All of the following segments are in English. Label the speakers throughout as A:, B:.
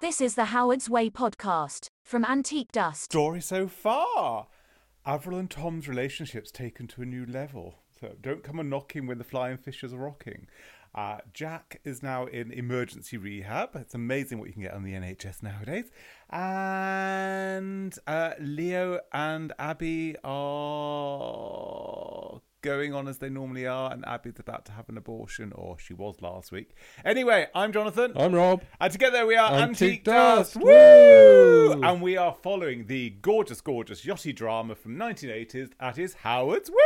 A: This is the Howard's Way podcast from Antique Dust.
B: story so far. Avril and Tom's relationship's taken to a new level. So don't come a knocking when the flying fishes are rocking. Uh, Jack is now in emergency rehab. It's amazing what you can get on the NHS nowadays. And uh, Leo and Abby are going on as they normally are, and Abby's about to have an abortion, or she was last week. Anyway, I'm Jonathan.
C: I'm Rob.
B: And together we are Antique,
C: Antique
B: Dust.
C: Dust.
B: Woo!
C: Woo!
B: And we are following the gorgeous, gorgeous Yachty drama from 1980s. That is Howard's Way.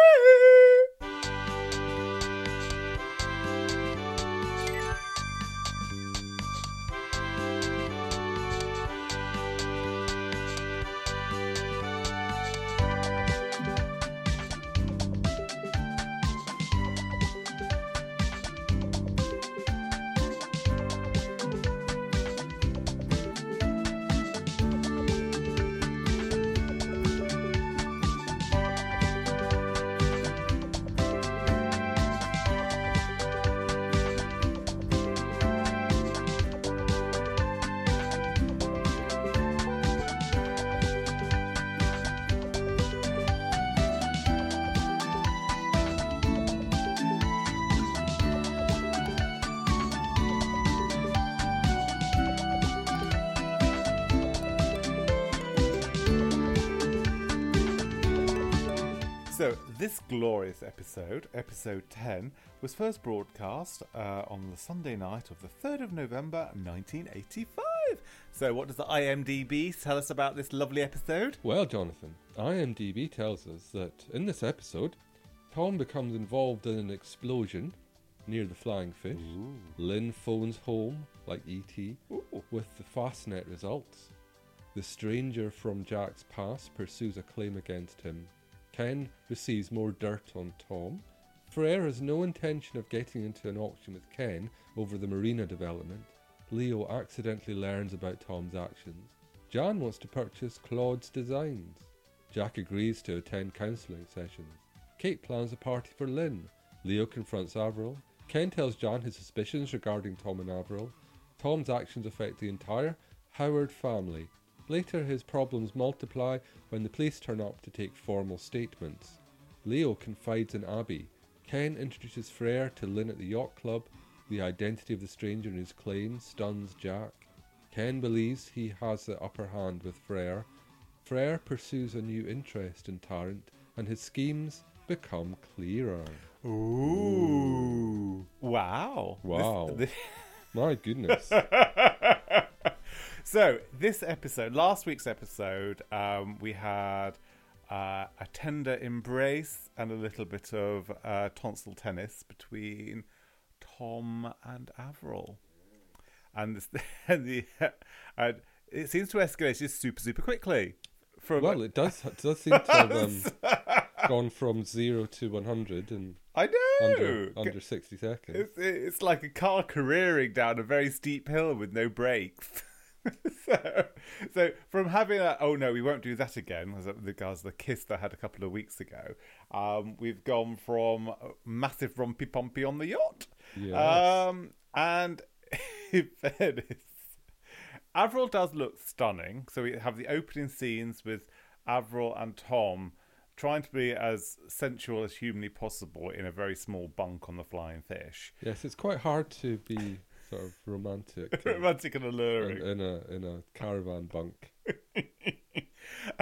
B: So, this glorious episode, episode 10, was first broadcast uh, on the Sunday night of the 3rd of November 1985. So, what does the IMDb tell us about this lovely episode?
C: Well, Jonathan, IMDb tells us that in this episode, Tom becomes involved in an explosion near the flying fish. Lynn phones home, like E.T.,
B: Ooh.
C: with the Fastnet results. The stranger from Jack's past pursues a claim against him. Ken receives more dirt on Tom. Frere has no intention of getting into an auction with Ken over the marina development. Leo accidentally learns about Tom's actions. Jan wants to purchase Claude's designs. Jack agrees to attend counselling sessions. Kate plans a party for Lynn. Leo confronts Avril. Ken tells Jan his suspicions regarding Tom and Avril. Tom's actions affect the entire Howard family. Later, his problems multiply when the police turn up to take formal statements. Leo confides in Abby. Ken introduces Frere to Lynn at the yacht club. The identity of the stranger and his claim stuns Jack. Ken believes he has the upper hand with Frere. Frere pursues a new interest in Tarrant, and his schemes become clearer.
B: Ooh. Wow. This-
C: Wow.
B: this-
C: My goodness.
B: So this episode, last week's episode, um, we had uh, a tender embrace and a little bit of uh, tonsil tennis between Tom and Avril, and, this, and the and it seems to escalate just super super quickly. From
C: well, it does, it does seem to have um, gone from 0 to 100 in
B: I know
C: under, under 60 seconds.
B: It's, it's like a car careering down a very steep hill with no brakes. so, so from having a oh no, we won't do that again. As the guys, the kiss that I had a couple of weeks ago, um, we've gone from massive rompy pompy on the yacht,
C: Yes.
B: um, and in fairness, Avril does look stunning. So we have the opening scenes with Avril and Tom trying to be as sensual as humanly possible in a very small bunk on the flying fish.
C: Yes, it's quite hard to be sort of romantic in,
B: Romantic and alluring.
C: in a in a caravan bunk.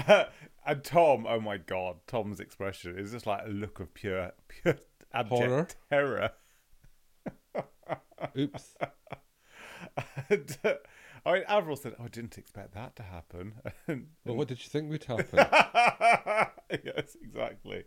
C: uh,
B: and Tom, oh my god, Tom's expression is just like a look of pure, pure abject
C: Horror.
B: terror.
C: Oops.
B: and, uh, I mean, Avril said, "Oh, I didn't expect that to happen." And
C: Well, what did you think would happen?
B: yes, exactly.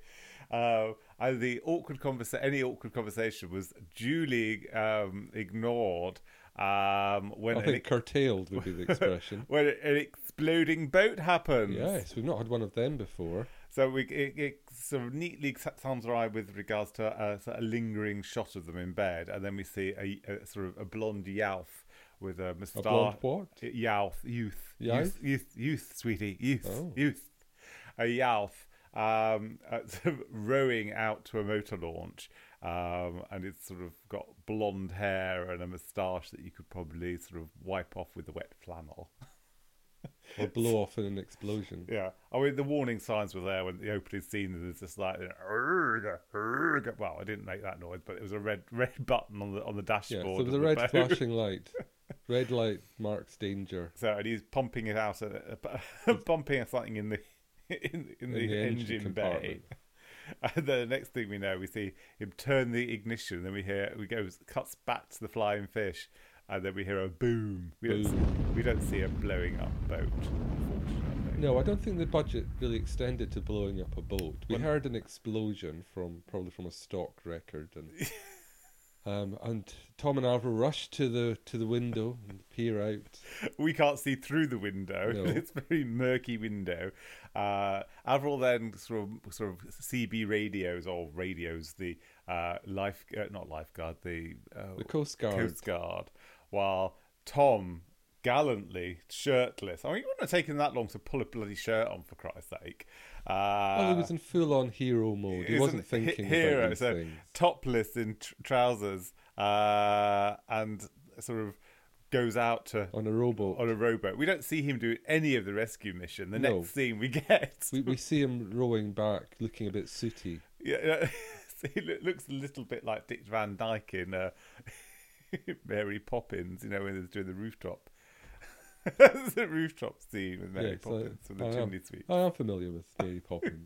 B: Um, and the awkward conversation, any awkward conversation, was duly um, ignored um, when
C: I
B: an, e-,
C: think curtailed would be the expression.
B: when an exploding boat happens.
C: yes, we've not had one of them before.
B: So we, it, it sort of neatly sounds right with regards to uh, a, sort of lingering shot of them in bed, and then we see a, a sort of a blonde youth with a
C: A
B: moustache.
C: blonde what?
B: Youth, youth, youth,
C: Youth?
B: youth, youth, sweetie, youth,
C: Oh.
B: youth, a youth, um, uh, sort of rowing out to a motor launch, Um, and it's sort of got blonde hair and a moustache that you could probably sort of wipe off with a wet flannel.
C: or blow off in an explosion.
B: Yeah, I mean the warning signs were there when the opening scene was just like, "Urgh, urgh." well, I didn't make that noise, but it was a red red button on the on the
C: Yeah,
B: dashboard.
C: so
B: of
C: there was a
B: the
C: red
B: boat.
C: flashing light. Red light marks danger.
B: So and he's pumping it out, at, pumping something in the in, in the, engine, bay.
C: compartment.
B: And the next thing we know, we see him turn the ignition. Then we hear we goes cuts back to the flying fish, and then we hear a boom. We don't see, we don't see a blowing up boat, unfortunately.
C: No, I don't think the budget really extended to blowing up a boat. We
B: Well-
C: heard an explosion from probably from a stock record, and um, and Tom and Arva rush to the to the window and peer out.
B: we can't see through the window.
C: No.
B: It's a very murky window. Uh, Avril then sort of sort of CB radios or radios the uh, life uh, not lifeguard the, uh,
C: The Coast Guard.
B: Coast Guard, while Tom gallantly shirtless. I mean, it wouldn't have taken that long to pull a bloody shirt on for Christ's sake. Uh,
C: well, he was in full on hero mode. He
B: isn't
C: wasn't
B: he-
C: thinking
B: hero,
C: about these
B: so
C: things.
B: topless in tr- trousers uh, and sort of goes out to
C: On a rowboat,
B: on a rowboat. We don't see him do any of the rescue mission. The
C: No.
B: next scene we get,
C: we, we see him rowing back, looking a bit sooty.
B: yeah, so he loo- looks a little bit like Dick Van Dyke in uh, Mary Poppins, you know, when he's doing the rooftop. There's a rooftop scene with Mary
C: Yeah, so-
B: Poppins from the
C: I am-
B: chimney sweep.
C: I am familiar with Mary Poppins.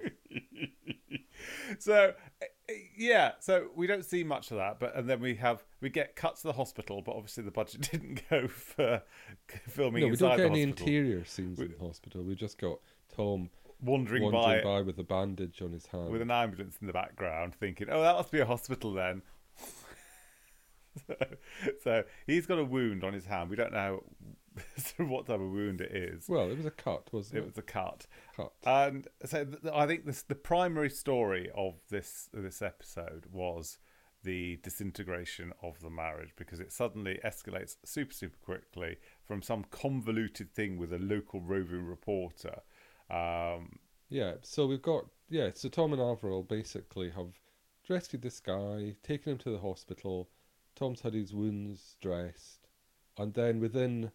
B: So, uh, uh, yeah, so we don't see much of that, but and then we have we get cut to the hospital, but obviously the budget didn't go for filming
C: no, we
B: inside
C: don't get
B: the
C: any
B: hospital.
C: interior scenes in the hospital. We just got Tom
B: wandering, by
C: wandering by with a bandage on his hand.
B: with an ambulance in the background, thinking, "Oh, that must be a hospital then." so, so he's got a wound on his hand. We don't know sort of what type of wound it is.
C: Well, it was a cut, wasn't it?
B: It was a cut,
C: cut.
B: and so th- th- I think this, the primary story of this this episode was the disintegration of the marriage because it suddenly escalates super super quickly from some convoluted thing with a local roving reporter. Um,
C: yeah, so we've got yeah. So Tom and Avril basically have rescued this guy, taken him to the hospital. Tom's had his wounds dressed, and then within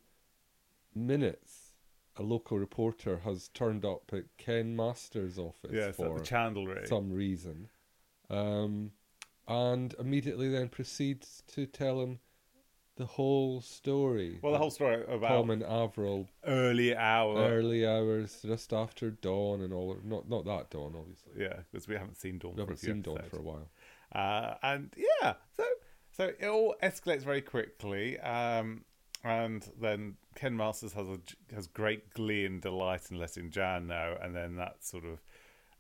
C: minutes, a local reporter has turned up at Ken Masters' office
B: yes, at
C: for
B: the chandlery.
C: some reason, um, and immediately then proceeds to tell him the whole story.
B: well, the whole story about
C: Tom and Avril
B: early hour.
C: early hours, just after dawn and all. Not not that dawn, obviously.
B: Yeah, because we haven't seen Dawn.
C: We haven't
B: for a few
C: seen dawn
B: episodes.
C: for a while.
B: Uh, and yeah, so so it all escalates very quickly. Um, and then Ken Masters has a, has great glee and delight in letting Jan know, and then that sort of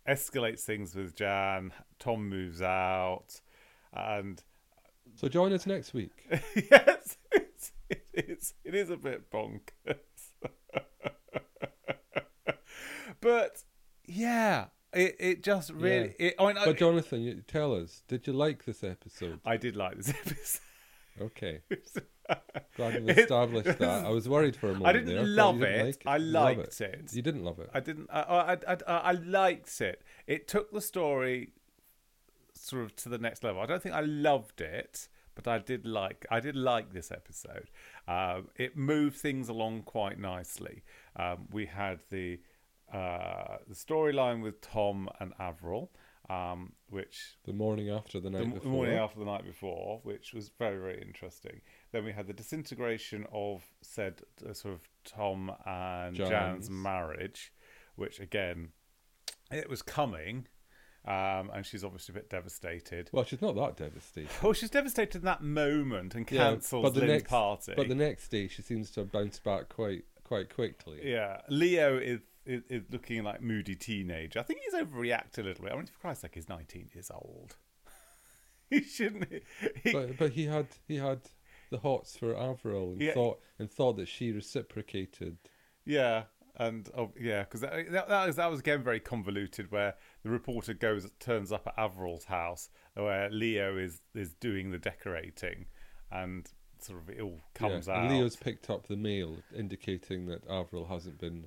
B: escalates things with Jan. Tom moves out, and
C: So join us next week.
B: yes, it's, it is it is a bit bonkers, but yeah, it it just really. It, I mean, I-
C: But Jonathan, you tell us, did you like this episode?
B: I did like this episode.
C: Okay. Glad we've established that. I was worried for a moment.
B: didn't
C: there. thought you
B: love it.
C: like
B: I
C: You love
B: liked it.
C: You didn't love it.
B: I didn't. I, I, I, I I liked it. It took the story sort of to the next level. I don't think I loved it, but I did like. I did like this episode. Um, it moved things along quite nicely. Um, we had the uh, the storyline with Tom and Avril, um, which
C: the morning after the night
B: the m-
C: before.
B: morning after the night before, which was very, very interesting. Then we had the disintegration of said uh, sort of Tom and Jan's,
C: Jan's.
B: marriage, which again, it was coming, um, and she's obviously a bit devastated.
C: Well, she's not that devastated.
B: Well, she's devastated in that moment and cancels
C: but the
B: Lynn's
C: next,
B: party.
C: But the next day, she seems to have bounced back quite quite quickly.
B: yeah, Leo is, is is looking like moody teenager. I think he's overreacted a little bit. I mean, for Christ's sake, he's nineteen years old. he shouldn't. He,
C: but but he had he had the hots for Avril and
B: Yeah.
C: thought and thought that she reciprocated.
B: Yeah, and oh, yeah, because that, that, that, was, that was again very convoluted. Where the reporter goes, turns up at Avril's house, where Leo is is doing the decorating, and sort of it all comes
C: Yeah,
B: out.
C: and Leo's picked up the mail indicating that Avril hasn't been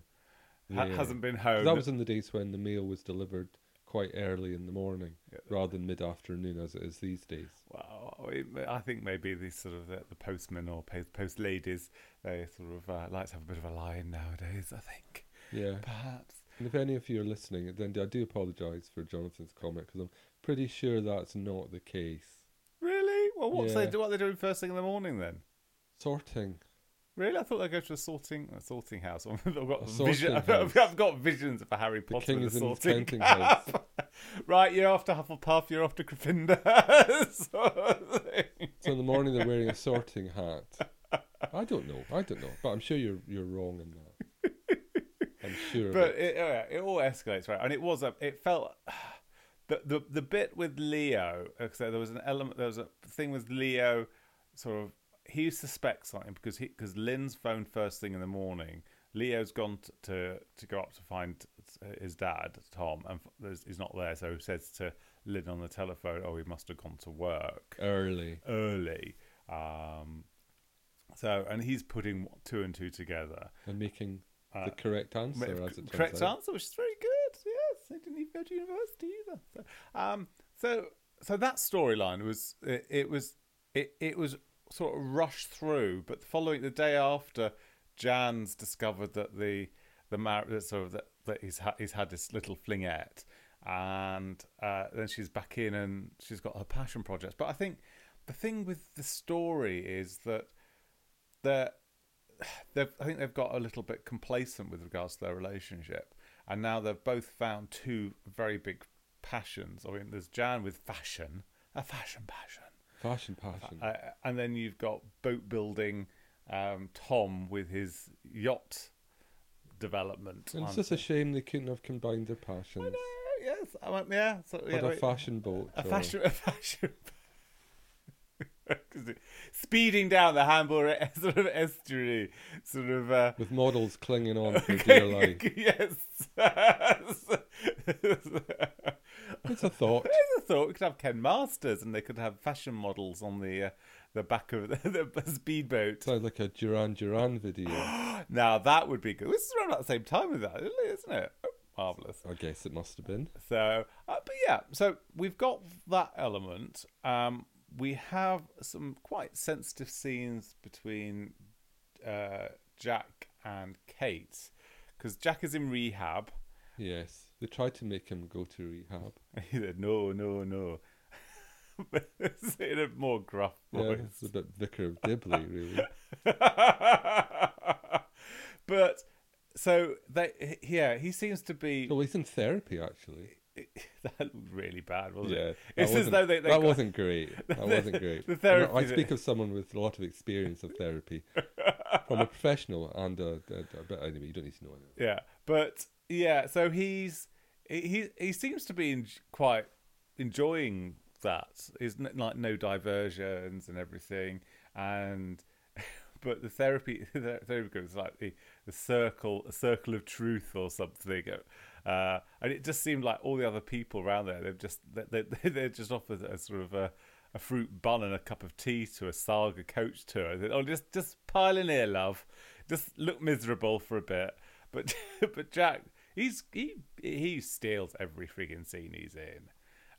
B: ha-
C: there.
B: hasn't been
C: So
B: home.
C: That was in the days when the mail was delivered quite early in the morning rather than mid afternoon as it is these days.
B: Well, I- I think maybe these sort of the, the postmen or post, post ladies, they sort of uh, like to have a bit of a line nowadays, I think.
C: Yeah.
B: Perhaps.
C: And if any of you are listening, then I do apologise for Jonathan's comment because I'm pretty sure that's not the case.
B: Really? Well, what's
C: Yeah.
B: they, what are they doing first thing in the morning then?
C: Sorting.
B: Really? I thought they'd go to a sorting a sorting house. I've got,
C: A
B: vision,
C: sorting
B: I've,
C: house.
B: I've got visions of a Harry
C: The
B: Potter
C: king
B: in
C: is
B: the
C: in his
B: sorting
C: counting
B: house.
C: house.
B: right, you're after Hufflepuff, you're after Gryffindor. sort of thing.
C: So in the morning they're wearing a sorting hat. I don't know. I don't know. But I'm sure you're you're wrong in that. I'm sure. of
B: but
C: it.
B: it, uh, it all escalates right and it was a it felt the the, the bit with leo uh, so there was an element there was a thing with leo sort of he suspects something because he because lynn's phoned first thing in the morning leo's gone t- to to go up to find uh, his dad tom and f- there's, he's not there so he says to lynn on the telephone oh he must have gone to work
C: early.
B: early um so and he's putting two and two together
C: and making
B: Uh,
C: the correct answer
B: Ma-
C: as it turns
B: correct
C: out.
B: answer, which is very good. Yes, they didn't even go to university either. So, um, so, so that storyline was it, it was it, it was sort of rushed through, but the following the day after, Jan's discovered that the the mar- that sort of that, that he's ha- he's had this little flingette, and uh, then she's back in and she's got her passion projects. But I think the thing with the story is that they're they've I think they've got a little bit complacent with regards to their relationship, and now they've both found two very big passions. I mean, there's Jan with fashion, a fashion passion,
C: Fashion passion.
B: uh, and then you've got boat building um, Tom with his yacht development.
C: and
B: Um,
C: it's just a shame they couldn't have combined their passions.
B: uh, yes, I mean, yeah, so, yeah,
C: Had a
B: wait.
C: fashion boat.
B: A
C: or-
B: fashion, a fashion. 'Cause it- speeding down the Hamble sort of estuary, sort of uh,
C: with models clinging on for dear life.
B: yes.
C: It's a thought.
B: There's a thought we could have Ken Masters, and they could have fashion models on the uh, the back of the, the speedboat.
C: Sounds like a Duran Duran video. I
B: Now that would be good. This is around about the same time as that, isn't it? Oh, marvelous.
C: guess it must have been.
B: So, uh, but yeah, so we've got that element. Um, we have some quite sensitive scenes between uh, Jack and Kate because Jack is in rehab.
C: Yes. They tried to make him go to rehab.
B: He said, "No, no, no." But it's in a more gruff
C: Yeah,
B: voice.
C: it's a bit Vicar of Dibley, really.
B: but so they, yeah, he seems to be.
C: Oh, he's in therapy, actually.
B: that looked really bad, wasn't
C: Yeah,
B: it?
C: that
B: It's as
C: wasn't-
B: though they, they
C: that
B: got-
C: wasn't great. That wasn't great.
B: the
C: I'm not- I
B: therapy that-
C: speak of someone with a lot of experience of therapy, from a professional and a, a, a but anyway, you don't need to know anything.
B: Yeah, but yeah, so he's he he seems to be en- quite enjoying that. Is n- like no diversions and everything, and but the therapy the therapy group is like the, the circle a circle of truth or something. Uh, and it just seemed like all the other people around there, they've just they, they, they're just offered a sort of a, a fruit bun and a cup of tea to a saga coach tour. They- Oh, just just pile in here, love. Just look miserable for a bit. But but Jack, he's he he steals every friggin' scene he's in,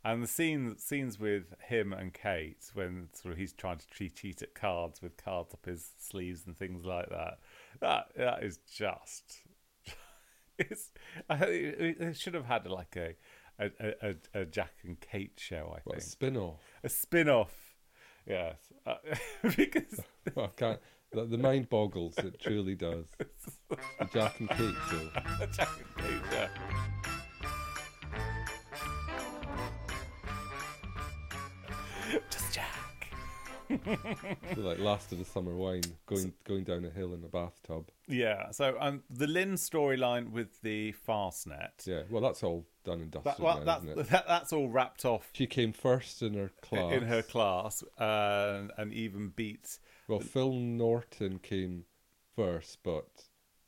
B: and the scenes scenes with him and Kate when sort of he's trying to cheat, cheat at cards with cards up his sleeves and things like that. That that is just it's I, it, it should have had like a a, a, a- a Jack and Kate show. I
C: What a
B: think
C: spin off.
B: a spin off. Yes, uh, because
C: I can't. The, the mind boggles. It truly does. The Jack and Kate show.
B: Jack and Kate. Yeah. Just Jack.
C: So like Last of the Summer Wine, going going down a hill in a bathtub.
B: Yeah. So um, the Lynn storyline with the Fastnet.
C: Yeah. Well, that's all done and dusted
B: That, well,
C: now, isn't it?
B: that's, that, that's all wrapped off
C: She came first in her class.
B: in her class uh, and even beat
C: Well, Phil Norton came first, but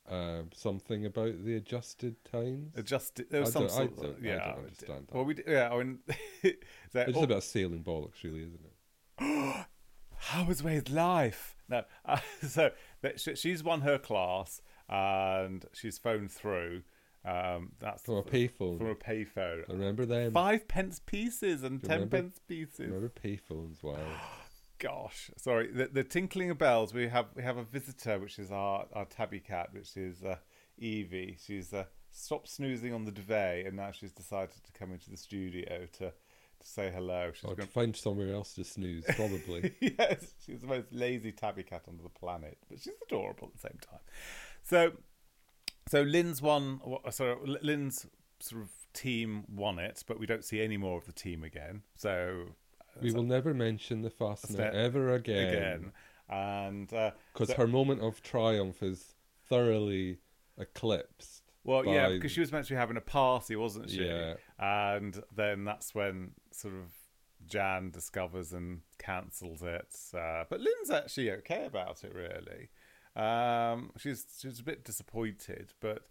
C: um, something about the adjusted times.
B: adjusted. uh, There was
C: I
B: some
C: don't- I
B: sort
C: don't- I
B: yeah.
C: don't understand that.
B: Well, we d- yeah. I mean, so-
C: It's
B: oh,
C: just about sailing bollocks, really, isn't it?
B: Howard's way is life. No, uh, so that sh- she's won her class and she's phoned through, Um, that's
C: From a payphone.
B: From a payphone.
C: I remember them.
B: Five pence pieces and
C: you
B: ten
C: remember?
B: pence pieces.
C: Remember payphones? Wow.
B: Gosh, sorry. The, the tinkling of bells. We have we have a visitor, which is our, our tabby cat, which is uh, Evie. She's uh, stopped snoozing on the duvet, and now she's decided to come into the studio to to say hello. She's
C: I'd
B: gonna-
C: find somewhere else to snooze, probably.
B: yes, she's the most lazy tabby cat on the planet, but she's adorable at the same time. So, so Lynn's won. wha- Sorry, L- Lynn's sort of team won it, but we don't see any more of the team again. So
C: we will never mention the fastener
B: Step
C: ever again
B: again, and uh,
C: because
B: so-
C: her moment of triumph is thoroughly eclipsed.
B: Well, yeah,
C: by-
B: because she was meant to be having a party, wasn't she?
C: Yeah.
B: And then that's when sort of Jan discovers and cancels it. Uh, but Lynn's actually okay about it, really. Um, she's she's a bit disappointed, but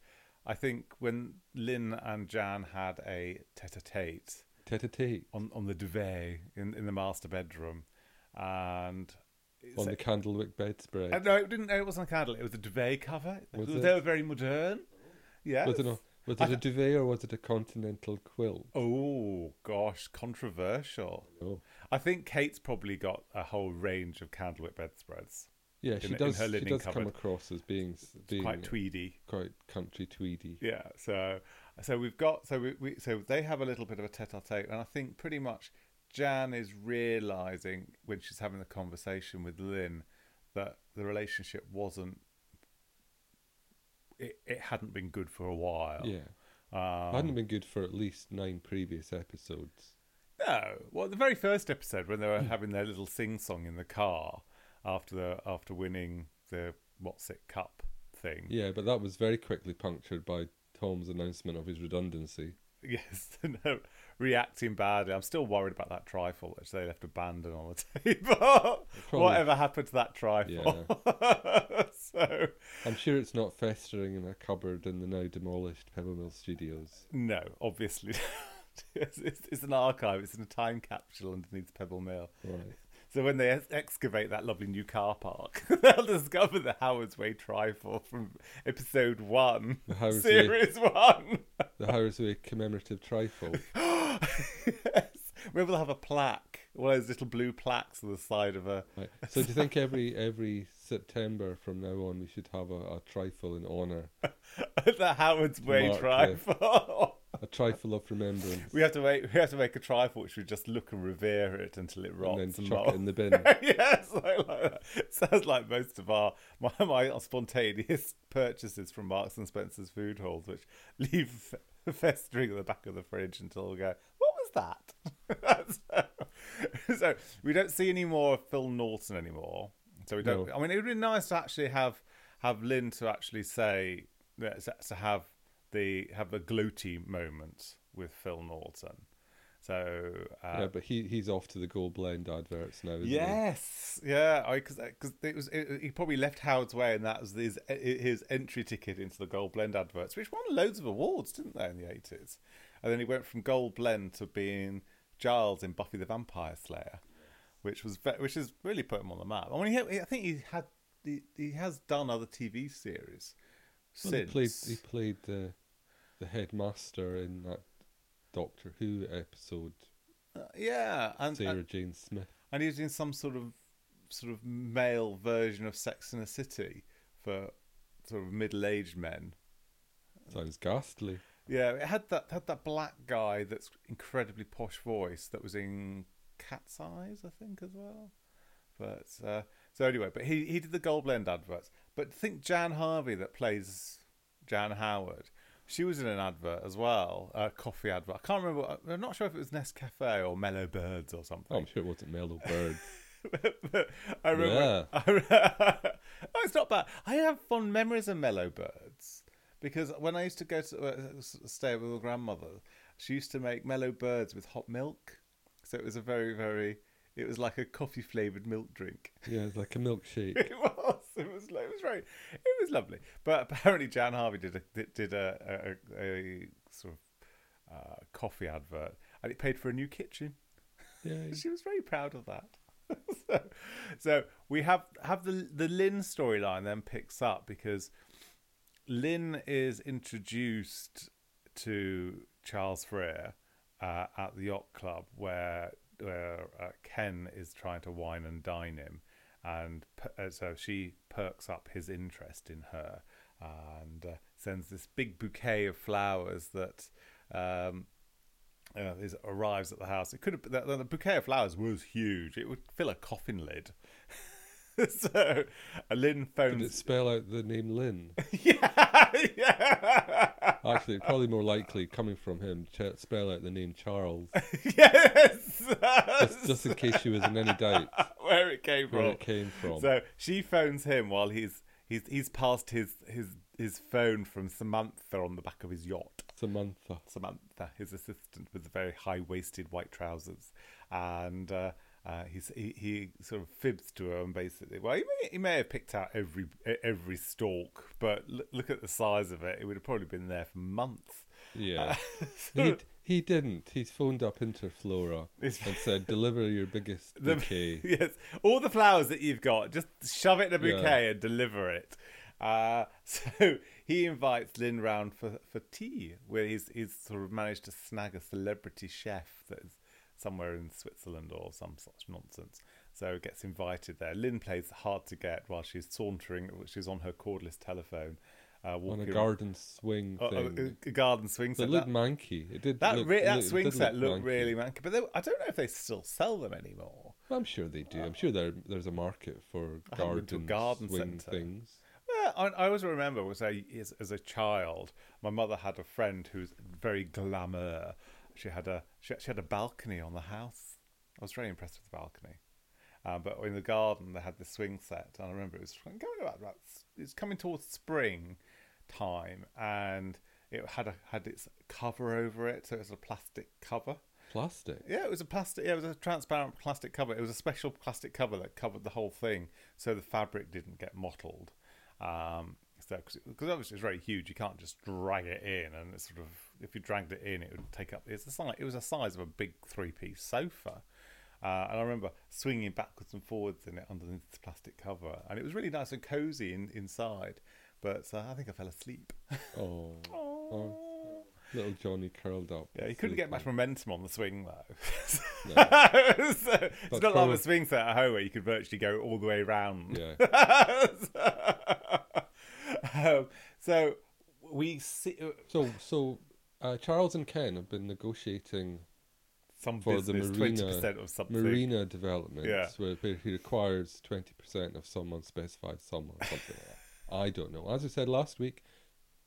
B: I think when Lynn and Jan had a tete-a-tete
C: tete-a-tete
B: on, on the duvet in, in the master bedroom, and it's
C: on
B: a-
C: the candlewick bedspread.
B: uh, no, it didn't. It wasn't a candle. It was a duvet cover.
C: Was
B: they
C: it?
B: were very modern. Yeah.
C: was it, a, was it a duvet or was it a continental quilt?
B: Oh gosh, controversial.
C: Oh.
B: I think Kate's probably got a whole range of candlewick bedspreads.
C: Yeah, she
B: in her
C: does. She
B: linen
C: does come
B: cupboard.
C: across as being s- being
B: Quite tweedy.
C: quite country tweedy.
B: Yeah. So so we've got so we, we so they have a little bit of a tete-a-tete, and I think pretty much Jan is realizing when she's having the conversation with Lynn that the relationship wasn't. It, it hadn't been good for a while.
C: Yeah,
B: Um,
C: hadn't been good for at least nine previous episodes.
B: No. Well, the very first episode when they
C: Hmm.
B: were having their little sing song in the car after the after winning the what's it cup thing.
C: Yeah, but that was very quickly punctured by Tom's announcement of his redundancy.
B: Yes, no, reacting badly. I'm still worried about that trifle which they left abandoned on the table.
C: Probably-
B: Whatever happened to that trifle? so
C: I'm sure it's not festering in a cupboard in the now demolished Pebblemill Studios.
B: no, obviously. It's, it's, it's an archive. It's in a time capsule underneath Pebble Mill.
C: Right.
B: So when they ex- excavate that lovely new car park, they'll discover the Howard's Way trifle from episode one,
C: The Howard's Way.
B: series one.
C: The Howard's Way commemorative trifle.
B: yes. Maybe they'll have a plaque, one of those little blue plaques on the side of a.
C: Right. So do you think every every September from now on we should have a, a trifle in honour?
B: the Howard's Way
C: Mark, yeah.
B: trifle.
C: A trifle of remembrance.
B: we have to make we have to make a trifle which we just look and revere it until it rots
C: and then chuck
B: molts.
C: it in the bin.
B: yes, I like that. Sounds like most of our my, my spontaneous purchases from Marks and Spencer's food halls, which leave f- festering at the back of the fridge until we go, what was that? so, so we don't see any more of Phil Norton anymore. So we don't.
C: No.
B: I mean, it would be nice to actually have have Lynn to actually say to have the have a gloaty moment with Phil Norton. So uh,
C: yeah, but he he's off to the Gold Blend adverts now. Isn't
B: Yes, yeah, I because it was it, he probably left Howard's Way, and that was his uh, his entry ticket into the Gold Blend adverts, which won loads of awards, didn't they, in the eighties? And then he went from Gold Blend to being Giles in Buffy the Vampire Slayer, which was ve- which has really put him on the map. I mean, he, I think he had he, he has done other TV series
C: he? Well,
B: since.
C: he played he played the the headmaster in that Doctor Who episode.
B: Uh, yeah, and,
C: Sarah
B: and
C: Jane Smith.
B: and he was in some sort of sort of male version of Sex in the City for sort of middle-aged men.
C: Sounds ghastly.
B: Yeah, it had that had that black guy that's incredibly posh voice that was in Cat's Eyes, I think, as well. But uh, so anyway, but he he did the Gold Blend adverts. But think Jan Harvey that plays Jan Howard. She was in an advert as well, a coffee advert. I can't remember. I'm not sure if it was Nescafe or Mellow Birds or something.
C: Oh, I'm sure it wasn't Mellow Bird.
B: But I remember. oh, it's not bad. I have fond memories of Mellow Birds because when I used to go to uh, s- stay with my grandmother, she used to make Mellow Birds with hot milk. So it was a very, very. It was like a coffee flavored milk drink.
C: yeah, it's like a milkshake.
B: It was. It was. lo- It was very. It was lovely. But apparently, Jan Harvey did a did, did a, a, a, a sort of uh, coffee advert, and it paid for a new kitchen
C: Yeah,
B: she was very proud of that. so, so we have have the the Lynn storyline then picks up because Lynn is introduced to Charles Frere uh, at the yacht club where where uh, Ken is trying to wine and dine him, and per- uh, so she perks up his interest in her and uh, sends this big bouquet of flowers that um, uh, is, arrives at the house. It could have the, the bouquet of flowers was huge. It would fill a coffin lid. so, uh, Lynn
C: Did it
B: phones.
C: spell out the name Lynn?
B: yeah, yeah.
C: Actually, probably more likely coming from him to spell out the name Charles,
B: yes.
C: just, just in case she was in any doubt
B: where it came
C: where
B: from.
C: it came from.
B: So she phones him while he's he's he's passed his his his phone from Samantha on the back of his yacht.
C: Samantha.
B: Samantha, his assistant with the very high-waisted white trousers, and uh, uh, he's, he he sort of fibs to her and basically, well, he may, he may have picked out every every stalk, but l- look at the size of it; it would have probably been there for months. Uh,
C: Yeah. he, d- he didn't. He's phoned up Interflora
B: It's-
C: and said, deliver your biggest
B: The-
C: bouquet.
B: yes, all the flowers that you've got, just shove it in a
C: Yeah.
B: bouquet and deliver it. Uh, so he invites Lynn round for, for tea, where he's he's sort of managed to snag a celebrity chef that is somewhere in Switzerland or some such nonsense. So gets invited there. Lynn plays hard to get while she's sauntering, she's on her cordless telephone, uh,
C: on a
B: walking
C: garden swing
B: uh,
C: thing.
B: uh, a garden swing
C: They
B: set.
C: looked
B: That,
C: manky. It did.
B: that,
C: look,
B: re- that
C: look- it
B: swing
C: did
B: set
C: look
B: looked
C: manky.
B: really manky, but they, I don't know if they still sell them anymore.
C: I'm sure they do. I'm sure there there's a market for
B: Uh, I haven't been to a
C: garden,
B: garden
C: swing
B: centre.
C: things.
B: Yeah, I, I always remember was a, as, as a child, my mother had a friend who was very glamour. She had a she, she had a balcony on the house. I was very impressed with the balcony. Uh, but in the garden, they had the swing set, and I remember it was going about, about it's coming towards spring time, and it had a had its cover over it, so it was a plastic cover.
C: Plastic.
B: Yeah, it was a plastic. Yeah, it was a transparent plastic cover. It was a special plastic cover that covered the whole thing, so the fabric didn't get mottled. Um, because obviously it's very huge, you can't just drag it in, and it's sort of if you dragged it in, it would take up. It's the size. It was the size of a big three-piece sofa. Uh, and I remember swinging backwards and forwards in it underneath this plastic cover, and it was really nice and cozy in, inside. But uh, I think I fell asleep.
C: Oh,
B: Oh.
C: little Johnny curled up.
B: Yeah, you couldn't get much
C: sleeping.
B: momentum on the swing though. so, so it's
C: But
B: not like
C: probably-
B: the swing set at home where you could virtually go all the way round.
C: Yeah.
B: um, so we see uh,
C: So so uh, Charles and Ken have been negotiating
B: some
C: For the
B: business
C: marina-
B: twenty percent of something.
C: marina developments
B: Yeah.
C: where, where he requires twenty percent of some unspecified sum or something like that. I don't know. As I said last week,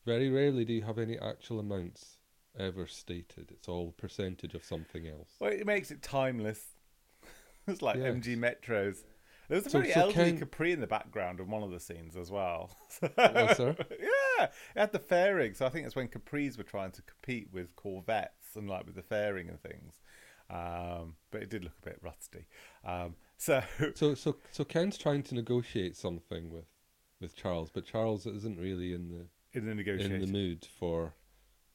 C: very rarely do you have any actual amounts ever stated. It's all percentage of something else.
B: Well, it makes it timeless. it's like
C: Yes.
B: MG Metros. There was a
C: So-
B: very
C: so
B: elderly
C: Ken-
B: Capri in the background in one of the scenes as well.
C: Oh, sir?
B: Yeah, it had the fairing. So I think that's when Capris were trying to compete with Corvettes and like with the fairing and things. Um, but it did look a bit rusty. Um, so
C: So so so Ken's trying to negotiate something with with Charles, but Charles isn't really in the
B: in the
C: in the
B: negotiation,
C: mood for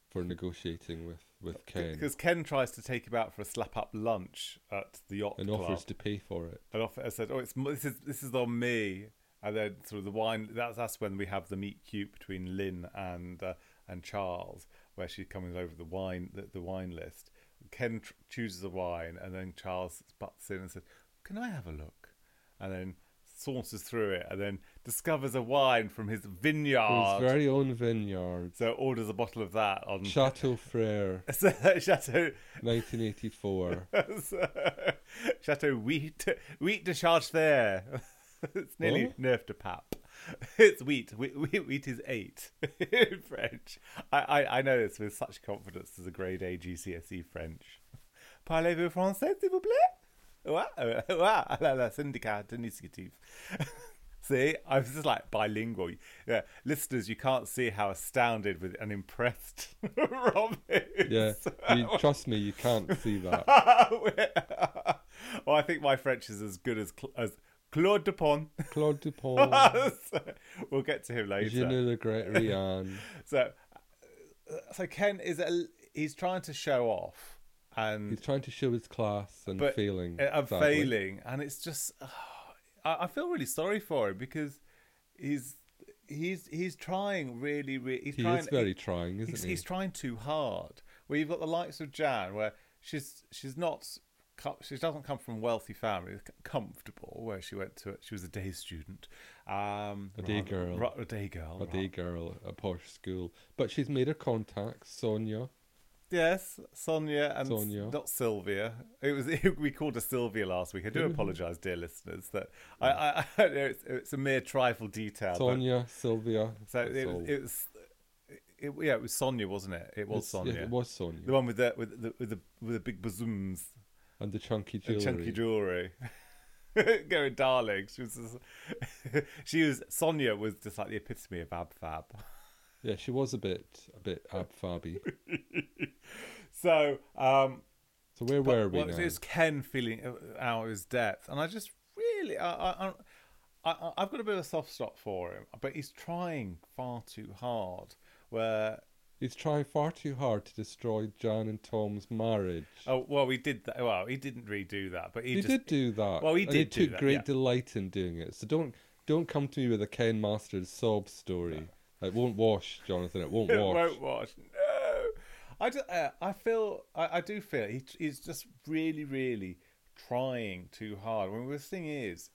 C: for negotiating with with Ken
B: because Ken tries to take him out for a slap up lunch at the yacht
C: and
B: club,
C: offers to pay for it.
B: and off- I said, "Oh, it's m- this is this is on me." And then sort of the wine. That's that's when we have the meet cute between Lynn and uh, and Charles, where she comes over the wine the, the wine list. Ken tr- chooses a wine, and then Charles butts in and says, "Can I have a look?" And then saunters through it, and then discovers a wine from his vineyard.
C: His very own vineyard,
B: so orders a bottle of that on
C: Chateau Frere,
B: so, Chateau
C: 1984.
B: Chateau Wheat Wheat de Charge there. It's nearly
C: What?
B: nerf de pap. It's wheat. Wheat, wheat, wheat is eight in French. I, I, I know this with such confidence as a grade A GCSE E French. Parlez-vous français, s'il vous plaît? Ouais, euh, ouais, à la, la syndicat initiative. see, I was just like bilingual. Yeah, listeners, you can't see how astounded with and impressed Rob is.
C: Yeah, you, trust me, you can't see that.
B: well, I think my French is as good as Cl- as Claude Dupont.
C: Claude Dupont,
B: So, we'll get to him later.
C: je ne regrette rien.
B: So, uh, so Ken is a, he's trying to show off and
C: He's trying to show his class and
B: but
C: failing.
B: uh, I'm
C: sadly.
B: failing, and it's just I, I feel really sorry for him because he's he's he's trying really, really. He's
C: He
B: trying,
C: is very trying, isn't
B: he's,
C: he?
B: he's trying too hard. Where you've got the likes of Jan, where she's she's not co- she doesn't come from a wealthy family, c- comfortable. Where she went to she was a day student, um,
C: A day
B: rather-
C: girl.
B: ra- a day girl,
C: a
B: ra-
C: day girl at a posh school, but she's made her contacts. Sonia,
B: Yes, Sonia and s-
C: Sonia.
B: not Sylvia. It was we called her Sylvia last week. I do apologise, dear listeners, that I, I, I know it's, it's a mere trifle detail. but-
C: Sonia, Sylvia.
B: so
C: that's
B: it,
C: all.
B: was- it was, it, yeah, it was Sonia, wasn't it? It was
C: It's- yeah,
B: Sonia.
C: it was
B: the
C: Sonia,
B: one with the with the with the, with the big bazooms
C: and the chunky
B: and
C: jewelry.
B: chunky jewelry. Going, darling. She was just, she was Sonia was just like the epitome of ab fab.
C: yeah, she was a bit, a bit ab fabby.
B: So um,
C: So where were we
B: well,
C: now?
B: It was Ken feeling out of his depth, and I just really, I, I, I- I, I've got a bit of a soft spot for him, but he's trying far too hard. Where
C: He's trying far too hard to destroy Jan and Tom's marriage.
B: oh well, we did that. Well, he didn't redo that, but he,
C: he
B: just,
C: did do that.
B: Well, he
C: and
B: did do
C: took
B: that,
C: great
B: yeah.
C: delight in doing it. So don't don't come to me with a Ken Masters sob story. It won't wash, Jonathan. It won't
B: It
C: wash.
B: won't wash. No, I just, uh, I feel, I, I do feel he, he's just really, really trying too hard. I mean, the thing is,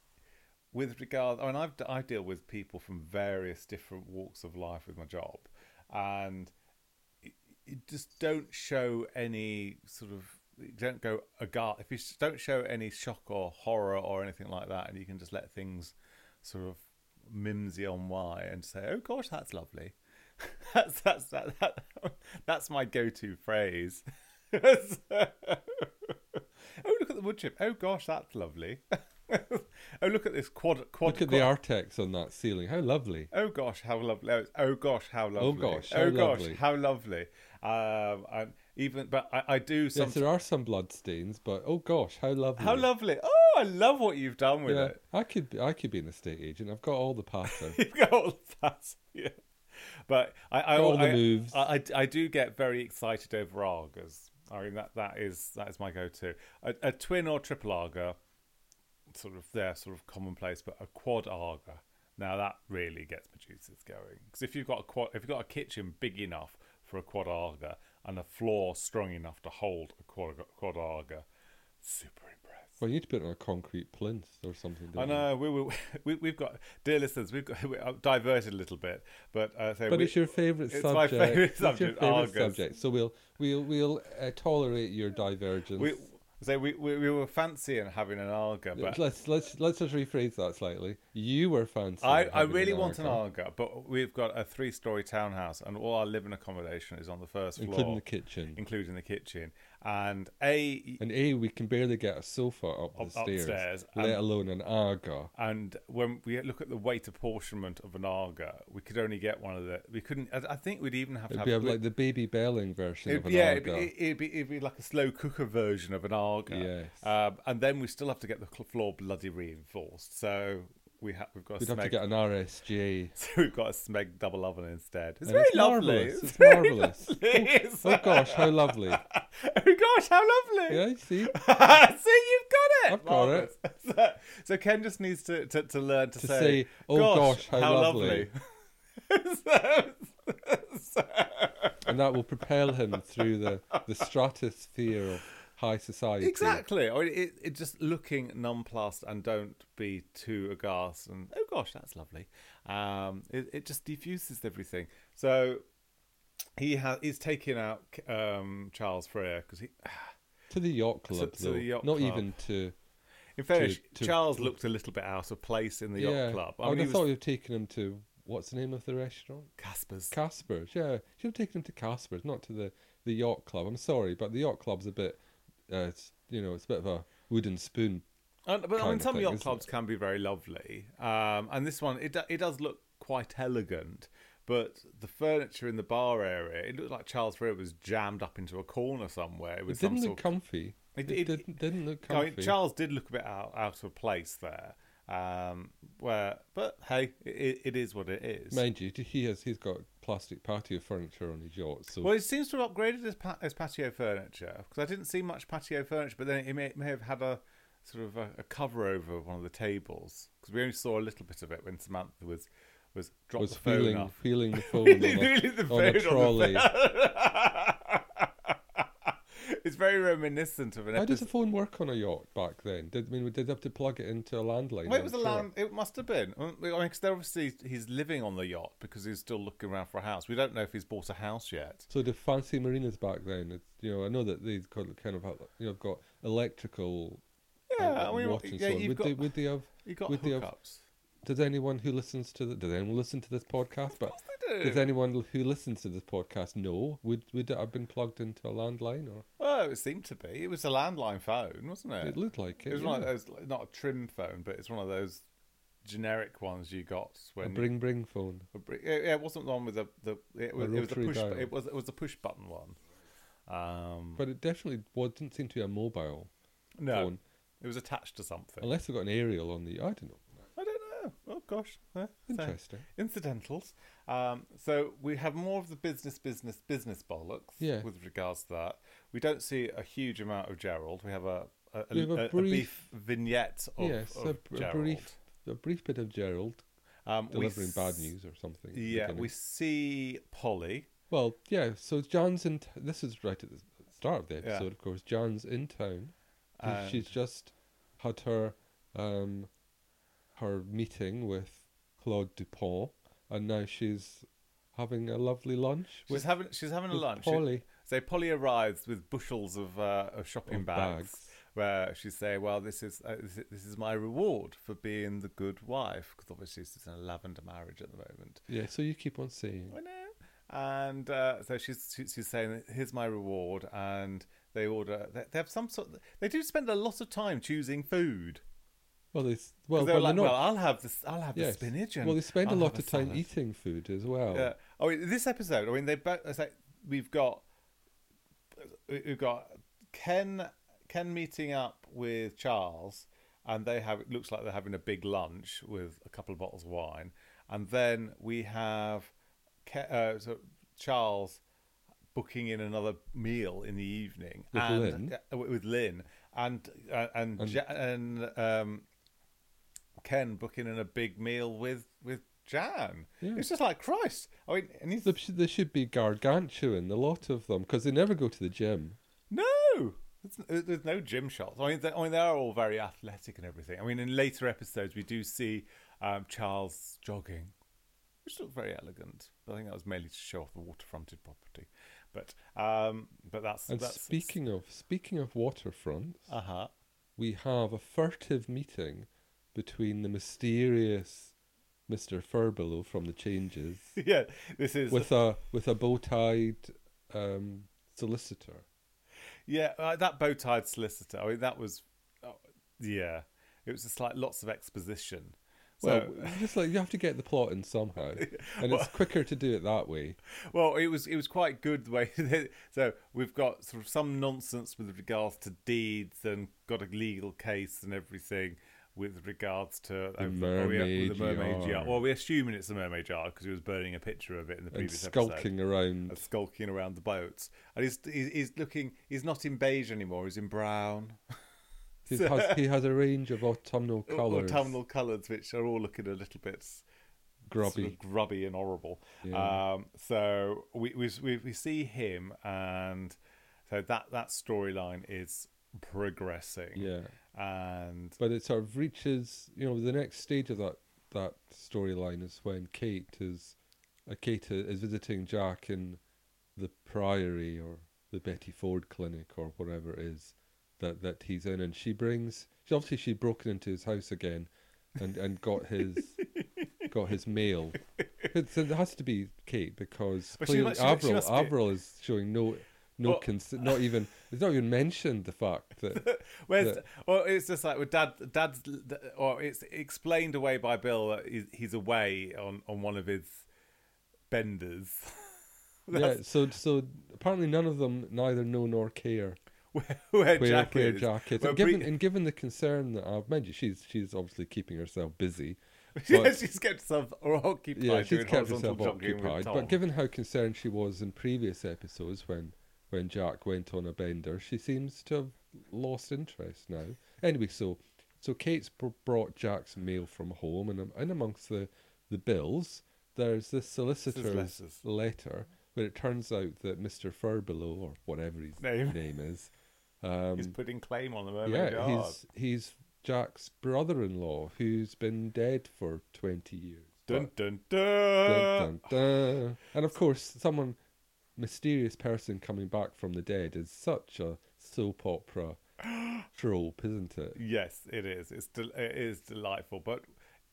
B: with regard, I mean, I've, I deal with people from various different walks of life with my job, and it, it just don't show any sort of. you Don't go aghast if you s- don't show any shock or horror or anything like that, and you can just let things sort of mimsy on why and say, "Oh gosh, that's lovely." that's that's that, that that's my go-to phrase. oh look at the wood chip. Oh gosh, that's lovely. oh look at this quad quad.
C: Look at the Artex on that ceiling. How lovely.
B: Oh gosh, how lovely! Oh, oh gosh, how lovely!
C: gosh, how
B: oh gosh,
C: lovely.
B: how lovely! Um, and even but I, I do
C: Yes,
B: sometimes.
C: there are some blood stains, but oh gosh, how lovely.
B: how lovely! Oh, I love what you've done with
C: Yeah,
B: it.
C: I could be, I could be an estate agent. I've got all the pattern.
B: You've got all that. Yeah. But I, I,
C: All the
B: I-
C: moves.
B: I, I, I do get very excited over Argas. I mean that that is that is my go-to. A, a twin or triple Arga, sort of they're sort of commonplace, but a quad Arga. Now that really gets my juices going because if you've got a quad, if you've got a kitchen big enough for a quad Arga and a floor strong enough to hold a quad quad Arga, super impressed.
C: well, you need to put it on a concrete plinth or something.
B: I
C: Don't you?
B: know we were we, we've got dear listeners we've got we, I've diverted a little bit but uh, so
C: But
B: we,
C: it's your favourite
B: it's
C: subject.
B: my favourite
C: It's your
B: subject,
C: favourite
B: Argus.
C: subject. So we'll we'll we'll uh, tolerate your divergence.
B: we so we, we we were fancying having an arga but
C: let's let's let's just rephrase that slightly. You were fancy.
B: I, I
C: having
B: really want an
C: Argo,
B: arga but we've got a three story townhouse and all our living accommodation is on the first floor
C: including the kitchen.
B: including the kitchen and a
C: and a we can barely get a sofa up the
B: Up-
C: stairs,
B: upstairs,
C: let
B: and-
C: alone an Arga.
B: and when we look at the weight apportionment of an arga we could only get one of the we couldn't I, I think we'd even have to
C: It'd
B: have
C: be a-
B: we-
C: like the baby belling version
B: It'd
C: of an
B: be- yeah, it'd be,
C: Arga.
B: it'd, be, it'd be like a slow cooker version of an Arga.
C: Yes.
B: Um, and then we still have to get the cl- floor bloody reinforced. So we ha- we've got a
C: We'd have to
B: smeg.
C: get an RSJ.
B: so we've got a smeg double oven instead. It's
C: And
B: very
C: it's
B: lovely.
C: marvellous, it's
B: very
C: marvellous.
B: lovely. It's-
C: Oh gosh, how lovely!
B: oh gosh, how lovely!
C: Yeah, you see,
B: See, you've got it.
C: I've got it.
B: Marvellous. so, so Ken just needs to, to, to learn to,
C: To say, "Oh gosh, how lovely."
B: lovely. So- so-
C: and that will propel him through the the stratosphere of high society.
B: Exactly. Or it, it just looking nonplussed and don't be too aghast and oh gosh, that's lovely. Um, it, it just diffuses everything. So he has he's taking out um, Charles Freer because he,
C: To the yacht club,
B: to the
C: though.
B: yacht
C: Not
B: club.
C: even to
B: in fairness,
C: to- Oh,
B: Charles looked a little bit out of place in the yacht club.
C: I,
B: I mean,
C: I
B: he was
C: thought you'd taken him to what's the name of the restaurant?
B: Casper's.
C: Casper's. Yeah, you should have taken him to Casper's, not to the the yacht club. I'm sorry, but the yacht club's a bit, uh, it's, you know, it's a bit of a wooden spoon.
B: And, but I
C: kind
B: mean,
C: of
B: some
C: thing,
B: yacht
C: isn't
B: clubs can be very lovely, um, and this one it do- it does look quite elegant. But the furniture in the bar area, it looked like Charles Freer was jammed up into a corner somewhere.
C: It
B: With some
C: didn't
B: sort
C: look comfy.
B: It-
C: It,
B: it-
C: didn't, didn't look
B: I
C: comfy.
B: mean, Charles did look a bit out, out of place there. Um, where, but hey, it, it is what it is.
C: Mind you, he has he's got plastic patio furniture on his yacht, so
B: Well, it seems to have upgraded his, pa- his patio furniture because I didn't see much patio furniture, but then it may, may have had a sort of a, a cover over one of the tables because we only saw a little bit of it when Samantha was was drop
C: was
B: the phone
C: feeling
B: off.
C: feeling the phone on
B: Really, really
C: a,
B: the
C: on a
B: phone on
C: trolley.
B: it's very reminiscent of an
C: How
B: episode.
C: did the phone work on a yacht back then? Did I mean we did have to plug it into a landline?
B: Well, it
C: I'm
B: was a
C: sure.
B: land. It must have been. I mean, because they're obviously he's living on the yacht because he's still looking around for a house. We don't know if he's bought a house yet.
C: So the fancy marinas back then, it's, you know, I know that they've got kind of you know got electrical
B: Yeah, I
C: and
B: mean,
C: watch and
B: yeah,
C: so on.
B: you've
C: Would
B: got-
C: they would they have?
B: You got
C: would they have?
B: hookups.
C: Does anyone who listens to the, does anyone listen to this podcast? But
B: they do.
C: does anyone l- who listens to this podcast know? Would would it have been plugged into a landline or?
B: Oh, it seemed to be. It was a landline phone, wasn't it?
C: It looked like it.
B: It was
C: yeah.
B: one of those, not a trim phone, but it's one of those generic ones you got
C: a
B: when.
C: bring bring phone.
B: a bri- yeah, yeah, it wasn't the one with the the. It was, it was the
C: rotary
B: push.
C: dial.
B: It was it was the push button one. Um,
C: But it definitely was, didn't seem to be a mobile
B: no,
C: phone,
B: it was attached to something.
C: unless they got an aerial on the. I don't know.
B: I don't know. Oh gosh. Eh, so-
C: Interesting.
B: incidentals. Um, so we have more of the business, business, business bollocks
C: Yeah.
B: with regards to that. We don't see a huge amount of Gerald. We have a a,
C: We have a
B: a- a
C: brief-
B: beef vignette of,
C: yes,
B: of
C: a, a
B: Gerald.
C: brief a brief bit of Gerald
B: um, we
C: delivering bad
B: s-
C: news or something. at the
B: Yeah,
C: beginning.
B: we see Polly.
C: Well, yeah. So Jan's in. T- this is right at the start of the
B: Yeah.
C: episode, of course. Jan's in town. She- She's just had her um, her meeting with Claude Dupont, and now she's having a lovely lunch
B: She's
C: with,
B: having she's having a
C: with
B: lunch. She-
C: Polly.
B: So Polly arrives with bushels of, uh, of shopping
C: Of
B: bags,
C: bags.
B: where she's saying, "Well, this is uh, this, is- this is my reward for being the good wife," because obviously this is in a lavender marriage at the moment.
C: Yeah. So you keep on saying.
B: I know. And uh, so she's she, she's saying, "Here's my reward," and they order. They, they have some sort. they do spend a lot of time choosing food.
C: Well, they s-
B: 'Cause
C: well,
B: they're
C: well,
B: like,
C: they're
B: "Well,
C: not.
B: I'll have this. I'll have the
C: yes.
B: spinach." And
C: well, they spend
B: I'll
C: a lot
B: have
C: of time
B: salad."
C: eating food as well.
B: Yeah. Oh, I mean, this episode. I mean, they both. It's like we've got we've got Ken Ken meeting up with Charles, and they have. It looks like they're having a big lunch with a couple of bottles of wine, and then we have Ke- uh, so Charles booking in another meal in the evening
C: With
B: and
C: Lynn?
B: uh, with Lynn and uh, and and, ja- and um, Ken booking in a big meal with with Jan.
C: Yeah.
B: It's just like Christ. I mean, and he's
C: They should, they should be gargantuan, the lot of them, because they never go to the gym.
B: no. It's- There's no gym shots. I mean, they, I mean, they are all very athletic and everything. I mean, in later episodes, we do see um, Charles jogging, which looked very elegant. But I think that was mainly to show off the waterfronted property. But um, but that's
C: And
B: that's,
C: speaking of speaking of waterfronts,
B: Uh huh.
C: we have a furtive meeting between the mysterious Mister Furbelow from the Changes
B: yeah, this is
C: with a with a bow tied um, solicitor.
B: yeah uh, that bow-tied solicitor. I mean, that was oh, yeah. It was just like lots of exposition.
C: Well,
B: So,
C: w- just like you have to get the plot in somehow, and it's quicker to do it that way.
B: well, it was it was quite good the way. They, so we've got sort of some nonsense with regards to deeds and got a legal case and everything with regards to oh, well, we-
C: mermaid
B: the mermaid
C: yard.
B: yard. Well, we're assuming it's a mermaid yard because he was burning a picture of it in the
C: And
B: previous episode.
C: skulking
B: and
C: around,
B: skulking around the boats. And he's, he's he's looking. He's not in beige anymore. He's in brown.
C: he has, he has a range of autumnal colours,
B: Autumnal colours, which are all looking a little bit
C: grubby.
B: sort of grubby and horrible.
C: Yeah.
B: Um, so we, we we we see him, and so that that storyline is progressing.
C: yeah,
B: And
C: but it sort of reaches you know the next stage of that that storyline is when Kate is uh, Kate is visiting Jack in the Priory or the Betty Ford clinic or whatever it is that that he's in and she brings she obviously she'd broken into his house again and and got his got his mail it's, it has to be Kate because
B: But she
C: clearly
B: must- she- she
C: Avril
B: must be-
C: Avril is showing no no
B: Well-
C: cons not even it's not even mentioned the fact that
B: where's
C: that-
B: well, it's just like with dad, dad's, or it's explained away by Bill that he's, he's away on on one of his benders.
C: Yeah, so so apparently none of them neither know nor care
B: where, where,
C: where
B: Jack
C: where
B: is.
C: Jack is.
B: Where
C: And given
B: Bre-
C: and given the concern that I've mentioned, she's she's obviously keeping herself busy.
B: yeah,
C: but-
B: she's kept herself occupied
C: Yeah, she's
B: doing
C: kept
B: horizontal
C: herself
B: jogging
C: occupied.
B: with Tom.
C: But given how concerned she was in previous episodes when when Jack went on a bender, she seems to have lost interest now. Anyway, so um, so Kate's br- brought Jack's mail from home, and am- and amongst the the bills there's this solicitor's
B: letters.
C: letter, but it turns out that Mr. Furbelow, or whatever his
B: Name.
C: name, Oh is, um,
B: He's putting claim on Oh the mermaid
C: yeah,
B: yard.
C: he's, he's Jack's brother in law who's been dead for 20 years.
B: Dun, dun, dun.
C: But-
B: Uh,
C: dun, dun, dun. And of course, someone, mysterious person coming back from the dead is such a soap opera trope, isn't it?
B: Yes, it is. It's del- it is delightful, but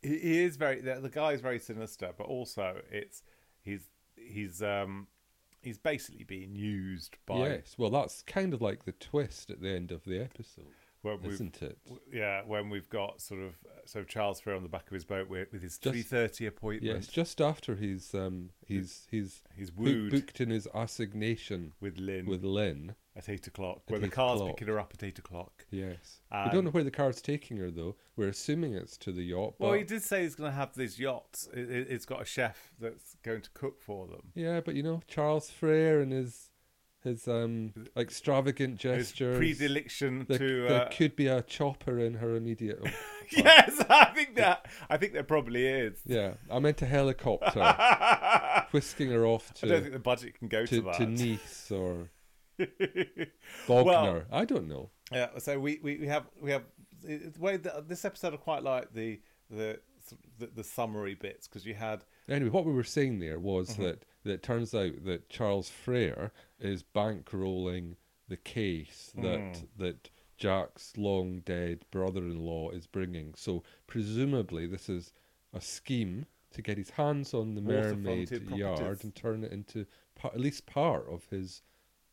B: he- he is very the, the guy is very sinister, but also it's he's he's um he's basically being used by
C: Yes, well, that's kind of like the twist at the end of the episode,
B: when we've-
C: isn't it?
B: yeah when we've got sort of so Charles Frere on the back of his boat with, with his
C: Just-
B: three thirty appointment.
C: Yes, just after he's um he's he's
B: He's
C: boo-
B: wooed.
C: booked in his assignation
B: With Lynn
C: with Lynn.
B: at eight o'clock,
C: at
B: where the
C: eight
B: car's
C: o'clock.
B: picking her up at eight o'clock.
C: Yes, we don't know where the car's taking her though. We're assuming it's to the yacht. But,
B: Well, he did say he's going to have these yachts. It, it, it's got a chef that's going to cook for them.
C: Yeah, but you know Charles Frere and his his um extravagant
B: His
C: gestures.
B: predilection
C: there,
B: to
C: there
B: uh,
C: could be a chopper in her immediate. oh,
B: yes, I think that I think there probably is.
C: yeah, I meant a helicopter
B: I
C: whisking her off
B: don't
C: to
B: think the budget can go to,
C: to,
B: that.
C: to Nice or Bognor. I don't know.
B: yeah, so we, we, we have we have the way that this episode I quite like the the the, the summary bits because you had
C: Anyway, what we were saying there was that, that it turns out that Charles Frere is bankrolling the case that that Jack's long dead brother-in-law is bringing. So presumably this is a scheme to get his hands on the mermaid
B: Waterfronted
C: yard
B: properties.
C: and turn it into par- at least part of his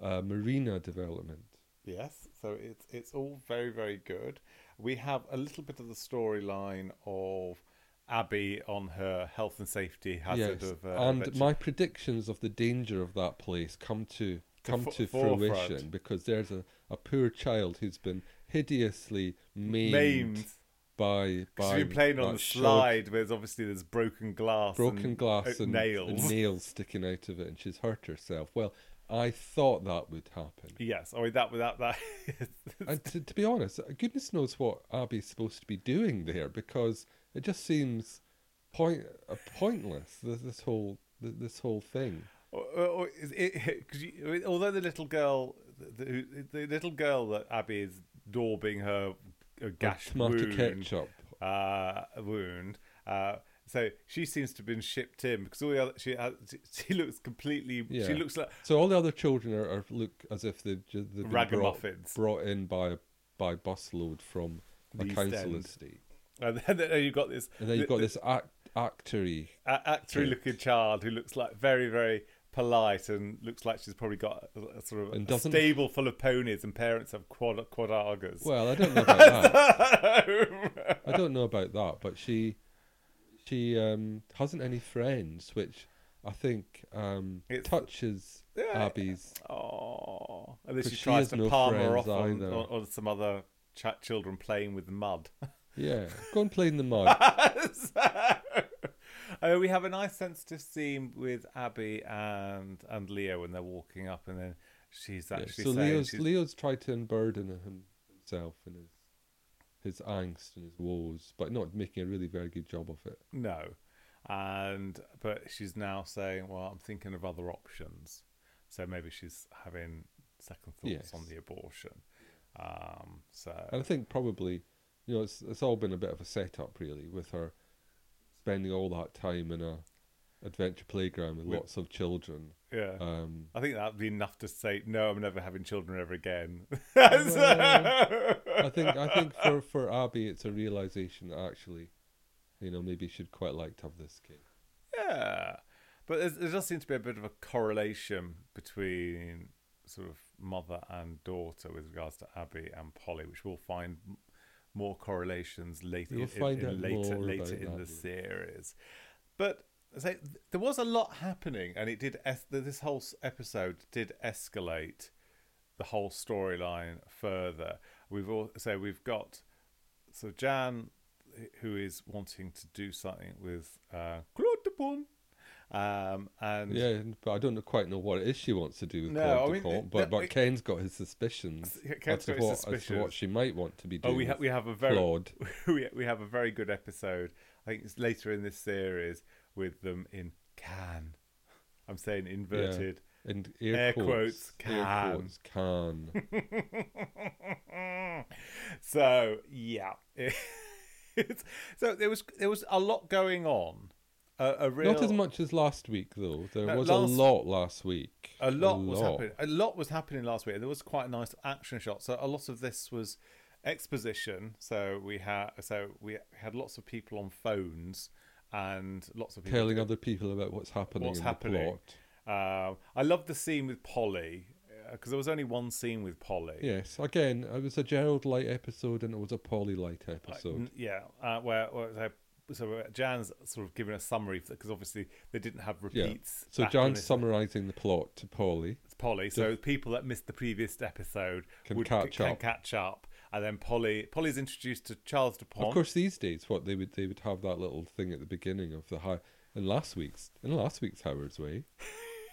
C: uh, marina development.
B: yes, so it's it's all very very good. We have a little bit of the storyline of Abby on her health and safety hazard
C: yes,
B: of uh,
C: and
B: adventure.
C: my predictions of the danger of that place come to come
B: fo-
C: to fruition
B: forefront.
C: because there's a, a poor child who's been hideously maimed,
B: maimed.
C: by
B: Because
C: by
B: you're playing on
C: that
B: the
C: shrub,
B: slide where there's obviously there's broken glass,
C: broken
B: and, uh,
C: glass and
B: nails.
C: and nails sticking out of it, and she's hurt herself. Well, I thought that would happen.
B: Yes, I mean that without that.
C: And to, to be honest, uh, goodness knows what Abby's supposed to be doing there because it just seems point uh, pointless. This, this whole th- this whole thing.
B: Or- or- or is it- 'cause you- I mean, although the little girl, the, the, the little girl that Abby is daubing her, her gash
C: tomato
B: wound,
C: ketchup.
B: uh, wound. Uh, so she seems to have been shipped in because all the other she has, she looks completely.
C: Yeah.
B: She looks like
C: So all the other children are, are look as if they've, ju- they've been brought,
B: Ragamuffins.
C: brought in by by busload from a
B: The East
C: council
B: End.
C: estate,
B: and then, then you've got this.
C: and then you've
B: thi-
C: got this act, actory.
B: a- actory looking child who looks like very very polite and looks like she's probably got a, a sort of
C: And
B: a
C: doesn't-
B: stable full of ponies and parents have quad quadargas.
C: Well, I don't know about that. I don't know about that, but she she um, hasn't any friends, which I think um,
B: It's-
C: touches
B: Yeah.
C: Abby's.
B: oh, and then she
C: But she
B: tries
C: has
B: to
C: no
B: palm her
C: friends
B: off on,
C: either.
B: on, on some other chat children playing with mud.
C: Yeah, go and play in the mud.
B: so, uh, we have a nice sensitive scene with Abby and and Leo when they're walking up, and then she's
C: Yeah,
B: actually
C: so
B: saying
C: Leo's
B: she's-
C: Leo's tried to unburden him- himself and his his angst and his woes, but not making a really very good job of it.
B: No. And but she's now saying, "Well, I'm thinking of other options." So maybe she's having second thoughts
C: Yes. Uh,
B: on the abortion. Um, so
C: And I think probably, you know, it's it's all been a bit of a setup really, with her spending all that time in a adventure playground with
B: With-
C: lots of children.
B: yeah,
C: Um,
B: I think that'd be enough to say, "No, I'm never having children ever again."
C: Well, I think I think for for Abby, it's a realization that actually, you know, maybe she'd quite like to have this kid.
B: yeah, but there's, there does seem to be a bit of a correlation between sort of mother and daughter with regards to Abby and Polly, which we'll find m- more correlations later.
C: We'll
B: in-
C: find
B: in
C: out
B: later
C: more
B: later
C: about
B: in
C: that
B: the
C: later.
B: series. But so th- there was a lot happening, and it did. Es- th- this whole s- episode did escalate the whole storyline further. We've all so we've got so Jan, who is wanting to do something with uh, Claude de Bon, um, and
C: Yeah, and- but I don't know- quite know what it is she wants to do with
B: No,
C: Claude
B: I
C: de
B: mean,
C: Camp,
B: it-
C: but
B: that-
C: but
B: it-
C: Ken's got his suspicions
B: Ken's
C: as,
B: got
C: to
B: his
C: what, as to what
B: suspitions.
C: she might want to be
B: Oh,
C: doing.
B: we have
C: with
B: we have a very
C: Claude.
B: we we have a very good episode. I think it's later in this series with them in can. I'm saying inverted.
C: And air,
B: Air
C: quotes,
B: quotes,
C: Air
B: can.
C: quotes can.
B: So yeah, it's, so there was there was a lot going on. A, a real
C: Not as much as last week though. There
B: No,
C: was
B: last-
C: a lot last week.
B: A lot was
C: lot.
B: happening. A lot was happening last week. There was quite a nice action shot. So a lot of this was exposition. So we had so we had lots of people on phones and lots of people
C: Telling other people about what's happening
B: what's
C: in the
B: happening.
C: plot.
B: Um, I love the scene with Polly because there was only one scene with Polly.
C: Yes, again, it was a Gerald Light episode and it was a Polly Light episode.
B: N- yeah, uh, where, where they- so uh, Jan's sort of giving a summary because obviously they didn't have
C: yeah.
B: repeats.
C: So
B: back on
C: Jan's
B: this-
C: summarising the plot to Polly.
B: It's Polly. So people that missed the previous episode
C: Can
B: would,
C: catch
B: can
C: up.
B: catch up. And then Polly, Polly's introduced to Charles Dupont.
C: Of course, these days, what they would they would have that little thing at the beginning of the high in last week's in last week's Howard's Way,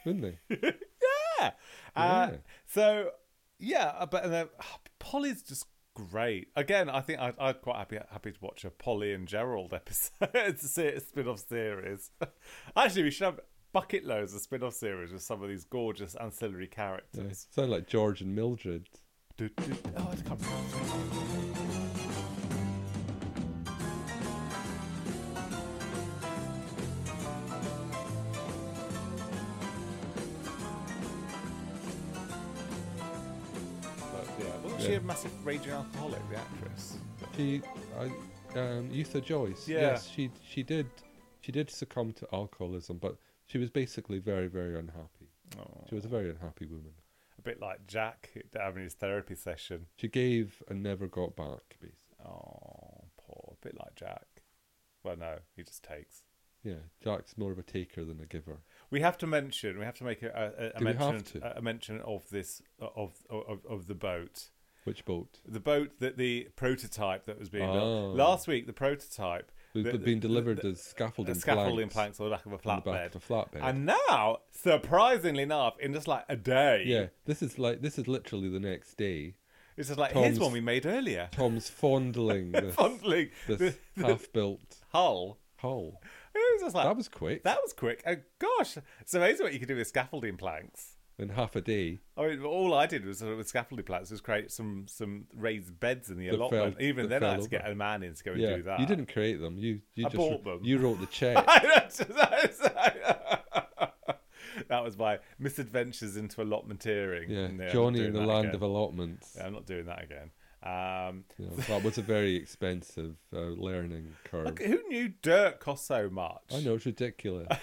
C: wouldn't they?
B: yeah. Uh,
C: Yeah.
B: So yeah, uh, but and then, ah, Polly's just great. Again, I think I'd, I'd quite happy happy to watch a Polly and Gerald episode. it's a se- spin-off series. Actually, we should have bucket loads of spin-off series with some of these gorgeous ancillary
C: Yeah.
B: characters.
C: Sound like George and Mildred.
B: Du- du- oh, I can't remember. But, yeah, wasn't she
C: Yeah.
B: a massive raging alcoholic, the actress?
C: She, I, um, Eutha Joyce.
B: Yeah.
C: Yes, she she did she did succumb to alcoholism, but she was basically very very unhappy.
B: Oh.
C: She was a very unhappy woman.
B: A bit like Jack having his therapy session.
C: She gave and never got back. Basically.
B: Oh, poor. A bit like Jack. Well, no, he just takes.
C: Yeah, Jack's more of a taker than a giver.
B: We have to mention. We have to make a, a, a
C: Do we have
B: mention.
C: to?
B: A mention of this of of, of the boat.
C: Which boat?
B: the boat that the prototype that was being
C: Oh.
B: built last week. The prototype
C: Who's
B: the-
C: been
B: the-
C: delivered
B: the-
C: as scaffolding
B: the scaffolding
C: planks
B: planks on the back of a
C: on the back
B: flatbed.
C: of a flatbed.
B: And now, surprisingly enough, in just like a day,
C: Yeah, this is like this is literally the next day.
B: it's just like here's
C: Tom's-
B: one we made earlier,
C: Tom's fondling this,
B: fondling
C: this
B: the,
C: half-built
B: hull.
C: hull.
B: It was just like
C: That was quick.
B: that was quick. Oh gosh, it's amazing what you can do with scaffolding planks.
C: in half a day.
B: I mean, all I did was sort of with scaffolding planks was create some some raised beds in the
C: That
B: allotment.
C: fell-
B: Even
C: that
B: then, I
C: fell
B: had to get
C: over.
B: a man in to go and
C: Yeah,
B: do that.
C: you didn't create them. You you
B: I
C: just
B: bought them.
C: you wrote the check.
B: that was my misadventures into allotmenteering. No, uh,
C: yeah,
B: I'm not
C: Johnny
B: doing
C: in the
B: that
C: land
B: again.
C: of allotments.
B: Yeah, I'm not doing that again. Um,
C: You know, that was a very expensive uh, learning curve.
B: look, who knew dirt cost so much? uh,
C: I know it's ridiculous.
B: to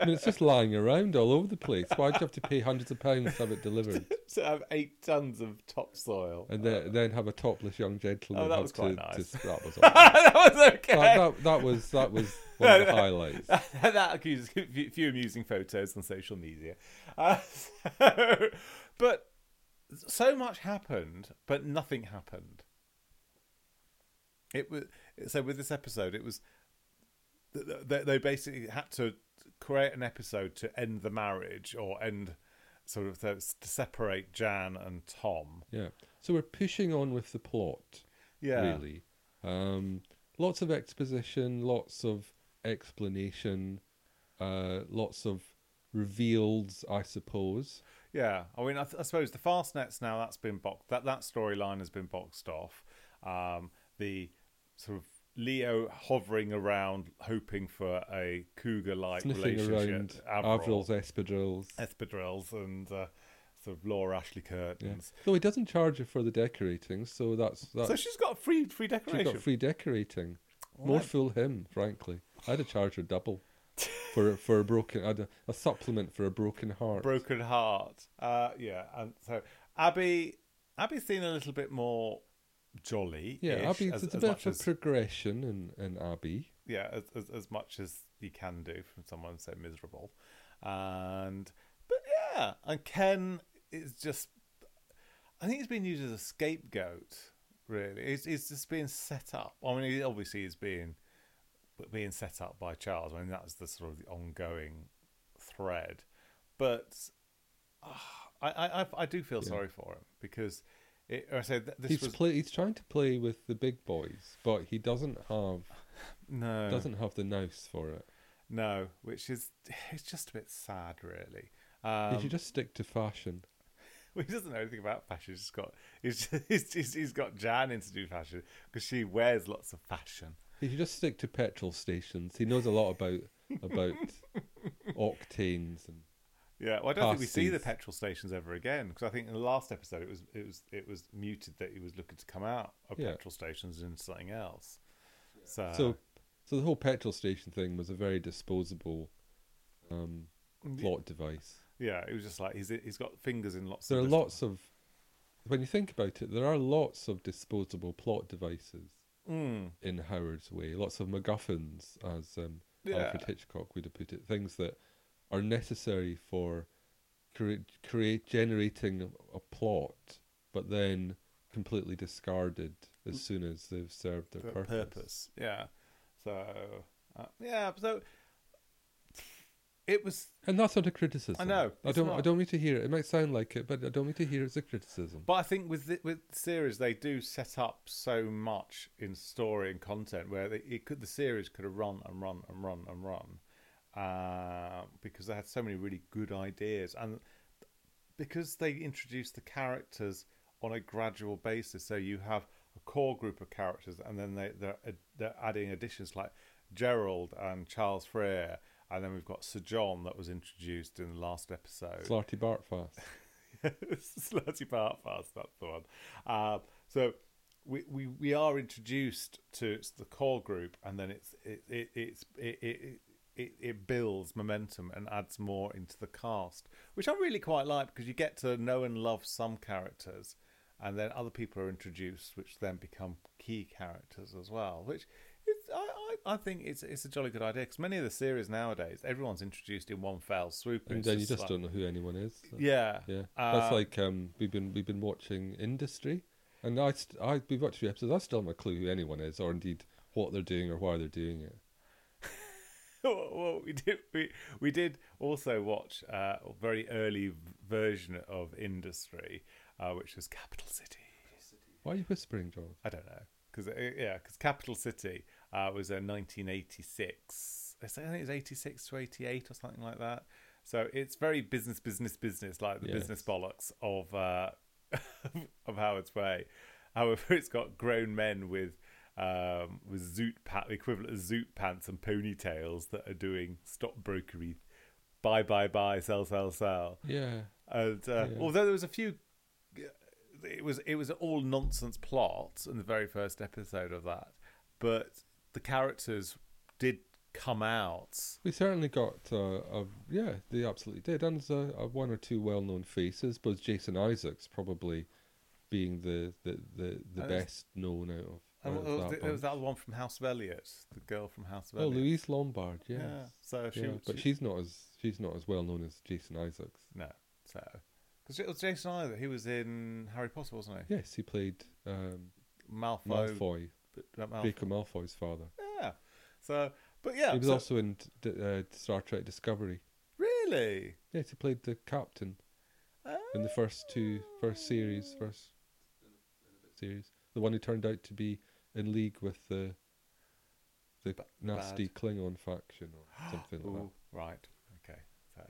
C: I mean, it's just lying around all over the place. Why'd you have to pay hundreds of pounds to have it delivered,
B: have eight tons of topsoil.
C: and then, then have a topless young gentleman?
B: Oh, that
C: have
B: was quite
C: to,
B: nice.
C: to- that was awful.
B: that was okay.
C: that, that, that was that was one of the highlights.
B: that accuses a few- few amusing photos on social media. Uh, so- but so much happened, but nothing happened. It was so with this episode, it was th- th- they, they basically had to create an episode to end the marriage or end sort of the, to separate Jan and Tom.
C: Yeah. So we're pushing on with the plot,
B: Yeah,
C: really. Um, lots of exposition, lots of explanation, uh, lots of reveals, I suppose.
B: yeah. I mean, I, th- I suppose the Fastnets now that's been boxed that that storyline has been boxed off. Um, the sort of Leo hovering around, hoping for a cougar-like
C: Sniffing around
B: relationship.
C: Avril's e- espadrilles.
B: espadrilles and uh, sort of Laura Ashley
C: Yeah.
B: curtains.
C: Though he doesn't charge her for the decorating, so that's that's
B: So she's got free free
C: she
B: decoration.
C: got free decorating. More fool him, frankly. I'd have charged her double for for a broken, I'd a, a supplement for a broken heart.
B: broken heart. Uh, yeah, and so Abby, Abby's seen a little bit more jolly.
C: Yeah, Abby,
B: as,
C: it's a
B: as
C: bit
B: much
C: of a
B: as-
C: progression in, in Abby.
B: yeah, as, as as much as you can do from someone so miserable, and but yeah, and Ken is just, I think he's been used as a scapegoat. Really, he's he's just being set up. I mean, he obviously is being being set up by Charles. I mean, that's the sort of the ongoing thread, but ah, I I I, I do feel sorry for him because. It, I said th- this
C: he's
B: was
C: play, he's trying to play with the big boys, but he doesn't have
B: No.
C: Doesn't have the nous for it.
B: No, which is it's just a bit sad, really.
C: He
B: Um,
C: should just stick to fashion.
B: well, he doesn't know anything about fashion. He's just got he's, he's, he's, he's got Jan into do fashion because she wears lots of fashion.
C: He should just stick to petrol stations. He knows a lot about about octanes and
B: Yeah, well, I don't think we see the
C: Pasties.
B: petrol stations ever again because I think in the last episode it was it was it was muted that he was looking to come out of
C: Yeah.
B: petrol stations and into something else. So,
C: so so the whole petrol station thing was a very disposable um,
B: Mm,
C: plot device.
B: yeah, it was just like he's he's got fingers in lots.
C: There are
B: of
C: lots of when you think about it, there are lots of disposable plot devices
B: Mm,
C: in Howard's Way. Lots of MacGuffins, as um,
B: Yeah.
C: Alfred Hitchcock would have put it, things that are necessary for create, create generating a plot, but then completely discarded as soon as they've served their
B: Mm. for a
C: purpose.
B: purpose. Yeah. So uh, yeah, so it was
C: And that's not a criticism.
B: know,
C: I
B: it's
C: don't. I
B: not.
C: don't mean to hear it. It might sound like it, but I don't mean to hear it as a criticism.
B: But I think with the, with the series, they do set up so much in story and content where they, it could the series could have run and run and run and run uh, because they had so many really good ideas and because they introduced the characters on a gradual basis. So you have a core group of characters, and then they they're, they're adding additions like Gerald and Charles Frere, and then we've got Sir John that was introduced in the last episode.
C: Slarty Bartfast.
B: Slutty Part Fast, that's the one. Uh, so we, we we are introduced to the core group, and then it's it it it's, it, it it it builds momentum and adds more into the cast, which I really quite like because you get to know and love some characters, and then other people are introduced, which then become key characters as well. Which it's, I, I I think it's it's a jolly good idea because many of the series nowadays everyone's introduced in one fell swoop.
C: And
B: it's
C: then you just
B: like-
C: don't know who anyone is.
B: Yeah,
C: Yeah, that's
B: Uh,
C: like um, we've been we've been watching Industry, and I st- I we've watched a few episodes. I still haven't a clue who anyone is, or indeed what they're doing or why they're doing it.
B: well, well, we did we, we did also watch uh, a very early v- version of Industry, uh, which was Capital City.
C: Why are you whispering, John?
B: I don't know because yeah, because Capital City uh, was a 1986. I think it was 86 to 88 or something like that. So it's very business, business, business, like the
C: Yes.
B: business bollocks of uh, of Howard's Way. However, it's got grown men with um, with zoot pa- the equivalent of zoot pants and ponytails that are doing stockbrokery, buy, buy, buy, sell, sell, sell.
C: Yeah,
B: And uh,
C: Yeah.
B: although there was a few, uh, it was it was all nonsense plots in the very first episode of that, but the characters did come out.
C: we certainly got uh, a yeah they absolutely did, and there's a, a one or two well known faces, but Jason Isaacs probably being the the the, the
B: And it's-
C: best known out of.
B: And
C: out
B: there
C: of
B: was,
C: that
B: there oh, was
C: bunch.
B: that one from House of Elliot, the girl from House of
C: oh,
B: Elliot.
C: Louise Lombard, yes.
B: Yeah. So she,
C: yeah, but
B: she-
C: she's not as she's not as well known as Jason Isaacs.
B: no. So because it was Jason Isaac, he was in Harry Potter, wasn't he?
C: Yes, he played um,
B: Malfoy.
C: Malfoy,
B: uh, Malfoy.
C: Draco Malfoy's father.
B: Yeah. So, but yeah.
C: he was
B: so-
C: also in D- uh, Star Trek Discovery.
B: really.
C: Yes, he played the captain in the first two, first series, first series. The one who turned out to be in league with the the nasty Klingon faction or something like that.
B: Ooh, right. Okay. So,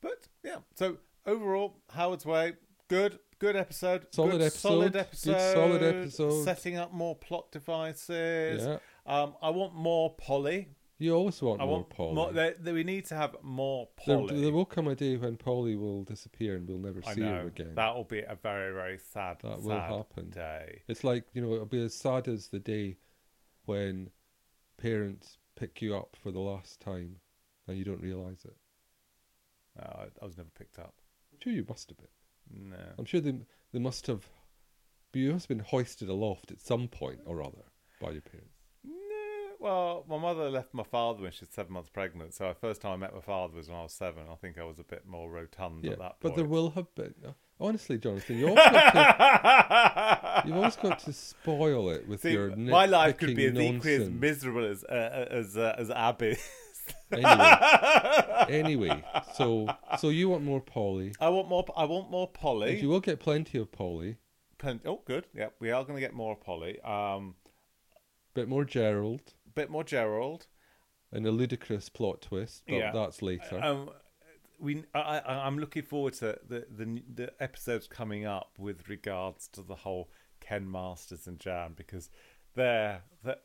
B: but yeah. So overall, Howard's Way, good, good episode.
C: Solid
B: good, Solid episode.
C: episode, good solid episode.
B: Setting up more plot devices.
C: Yeah,
B: Um, I want more Polly.
C: you always want
B: I
C: more
B: want
C: Polly.
B: More, there, there, we need to have more
C: there,
B: Polly.
C: there will come a day when Polly will disappear and we'll never
B: I
C: see her
B: know
C: again.
B: that will be a very, very sad.
C: That will
B: sad
C: happen.
B: Day.
C: It's like you know, it'll be as sad as the day when parents pick you up for the last time and you don't realise it.
B: No, I, I was never picked up.
C: I'm sure you must have been.
B: No.
C: I'm sure they they must have. You must have been hoisted aloft at some point or other by your parents.
B: No, well, my mother left my father when she was seven months pregnant. So the first time I met my father was when I was seven. I think I was a bit more rotund
C: Yeah,
B: at that
C: but
B: point.
C: there will have been. Uh, Honestly, Jonathan, you always got to, you've always got to spoil it with
B: See,
C: your
B: my life could be
C: nitpicking
B: as equally as
C: nonsense.
B: miserable as uh, as uh, as Abby's.
C: anyway, anyway, so so you want more Polly?
B: I want more. I want more
C: and
B: Polly.
C: You will get plenty of Polly,
B: Plen- oh, good. Yep, we are going to get more Polly. Um,
C: bit more Gerald.
B: bit more Gerald.
C: And a ludicrous plot twist, but
B: Yeah.
C: that's later.
B: Um, we, I, I, I'm looking forward to the, the the episodes coming up with regards to the whole Ken Masters and Jan because there the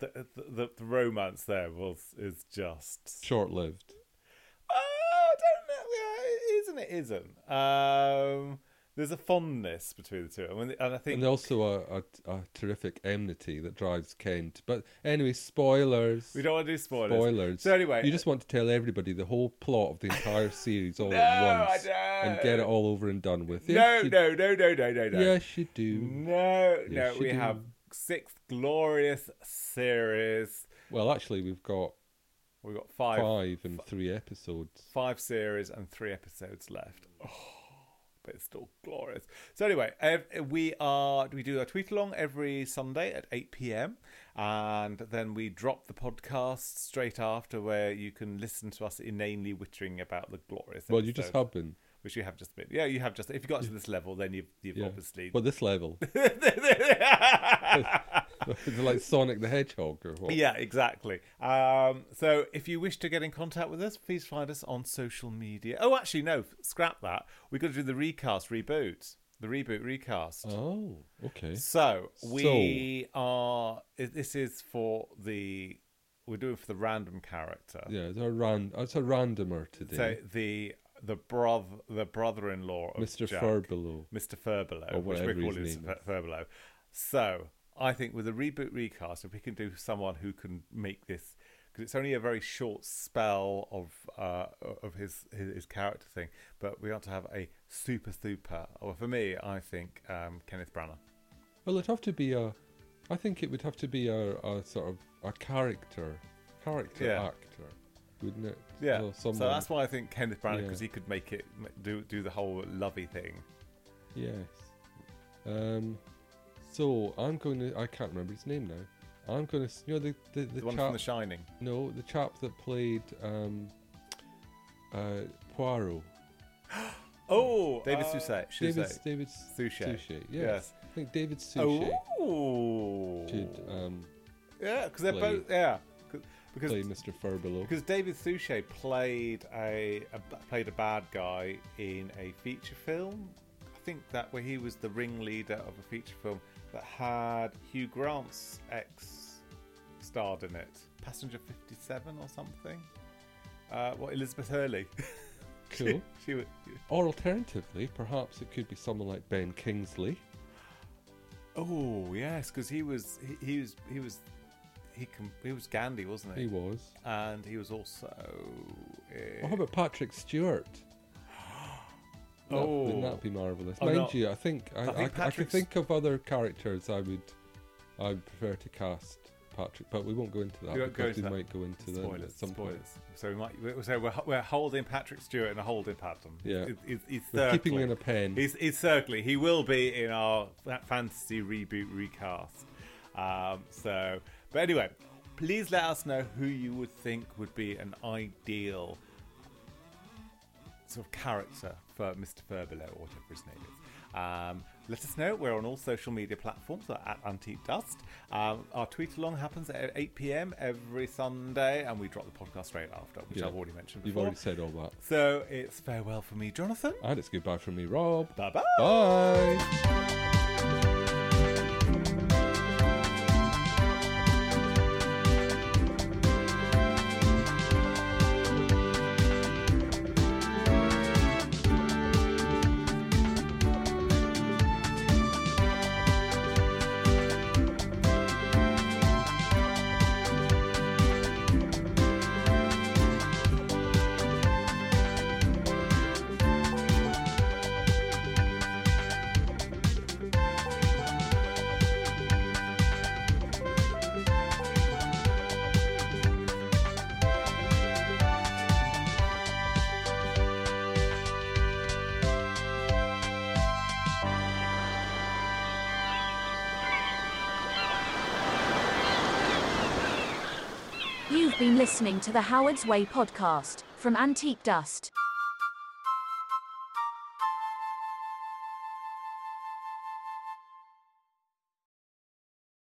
B: the, the, the romance there was is just
C: Short lived.
B: oh I don't know yeah, it is and it isn't um there's a fondness between the two and I think
C: And also a, a, a terrific enmity that drives Kent. But anyway, spoilers.
B: we don't want to do spoilers
C: spoilers.
B: so anyway uh,
C: you just want to tell everybody the whole plot of the entire series all
B: No,
C: at once
B: I
C: and get it all over and done with.
B: no,
C: Yes, you-
B: no no no no no Mm. no
C: Yes, you do.
B: No, no,
C: Yes, you
B: we
C: do.
B: have six glorious series.
C: Well, actually, we've got
B: We've got five, five
C: five and three episodes.
B: series and three episodes left. Oh, but it's still glorious. So anyway, ev- we are we do a tweet along every Sunday at eight pm, and then we drop the podcast straight after, where you can listen to us inanely wittering about the glorious.
C: Well, you just
B: episodes,
C: have been.
B: which you have just been. Yeah, you have just. If you got to this level, then you've you've
C: Yeah.
B: obviously.
C: Well, this level. It's like Sonic the Hedgehog or what?
B: Yeah, exactly. Um, so if you wish to get in contact with us, please find us on social media. Oh, actually, no, scrap that. We've got to do the recast, reboot, the reboot, recast.
C: Oh, okay.
B: So we are. i- This is for the. We're doing for the random character.
C: Yeah, it's a, ran- it's a randomer
B: So
C: today.
B: the the brother the brother-in-law of
C: Mr.
B: oh, Jack.
C: Furbelow.
B: Mr. Furbelow,
C: Or
B: which we're
C: whatever his
B: calling
C: name
B: Mr. Furbelow. So I think with a reboot recast, if we can do someone who can make this, because it's only a very short spell of uh, of his, his his character thing, but we ought to have a super super. Or for me, I think um, Kenneth Branagh.
C: Well, it'd have to be a. I think it would have to be a, a sort of a character, character
B: Yeah.
C: actor, wouldn't it?
B: Yeah,
C: Or
B: so
C: someone,
B: that's why I think Kenneth Branagh
C: Yeah.
B: because he could make it m- do do the whole lovey thing.
C: Yes. Um. So I'm going to. I can't remember his name now. I'm going to. You know the the, the,
B: The, one
C: chap.
B: from The Shining.
C: no, the chap that played um. Uh, Poirot.
B: Oh, David
C: uh,
B: Suchet.
C: David.
B: Suchet.
C: David
B: Suchet.
C: Yes.
B: Yes.
C: I think David Suchet
B: Oh,
C: should um
B: Yeah, because they're
C: play-
B: both yeah. 'Cause-
C: play
B: Because
C: Mr. Furbelow.
B: because David Suchet played a, a b- played a bad guy in a feature film. I think that where he was the ringleader of a feature film that had Hugh Grant's ex starred in it, Passenger Fifty Seven or something. Uh, what Elizabeth Hurley?
C: Cool.
B: she was,
C: Or alternatively, perhaps it could be someone like Ben Kingsley.
B: oh yes, because he was he, he was he was he com- he was Gandhi, wasn't he?
C: He was.
B: and he was also.
C: Or how about Patrick Stewart? That,
B: Oh.
C: Wouldn't that be marvellous?
B: Oh,
C: Mind
B: no.
C: you, I think I,
B: I
C: I,
B: think
C: I, could
B: Patrick's-
C: think of other characters I would I would prefer to cast Patrick, but we won't go into that
B: We won't go
C: because
B: into
C: we
B: that.
C: might go into them
B: Spoilers,
C: at some point.
B: spoilers. So we might. we- So we're, we're holding Patrick Stewart in a holding pattern.
C: Yeah.
B: He's- he's, he's
C: We're keeping
B: circling.
C: in a pen.
B: He's, he's circling. He will be in our fa- fantasy reboot recast. Um, so, but anyway, please let us know who you would think would be an ideal sort of character for Mr. Furbelow or whatever his name is. Um, let us know. We're on all social media platforms we're at Antique Dust. Um, our tweet along happens at 8 p.m. every Sunday, and we drop the podcast straight after, which
C: Yeah.
B: I've already mentioned
C: You've
B: before.
C: already said all that.
B: So it's farewell for me, Jonathan.
C: And it's goodbye from me, Rob.
B: Bye bye.
C: Bye.
A: You've been listening to the Howard's Way podcast from Antique Dust.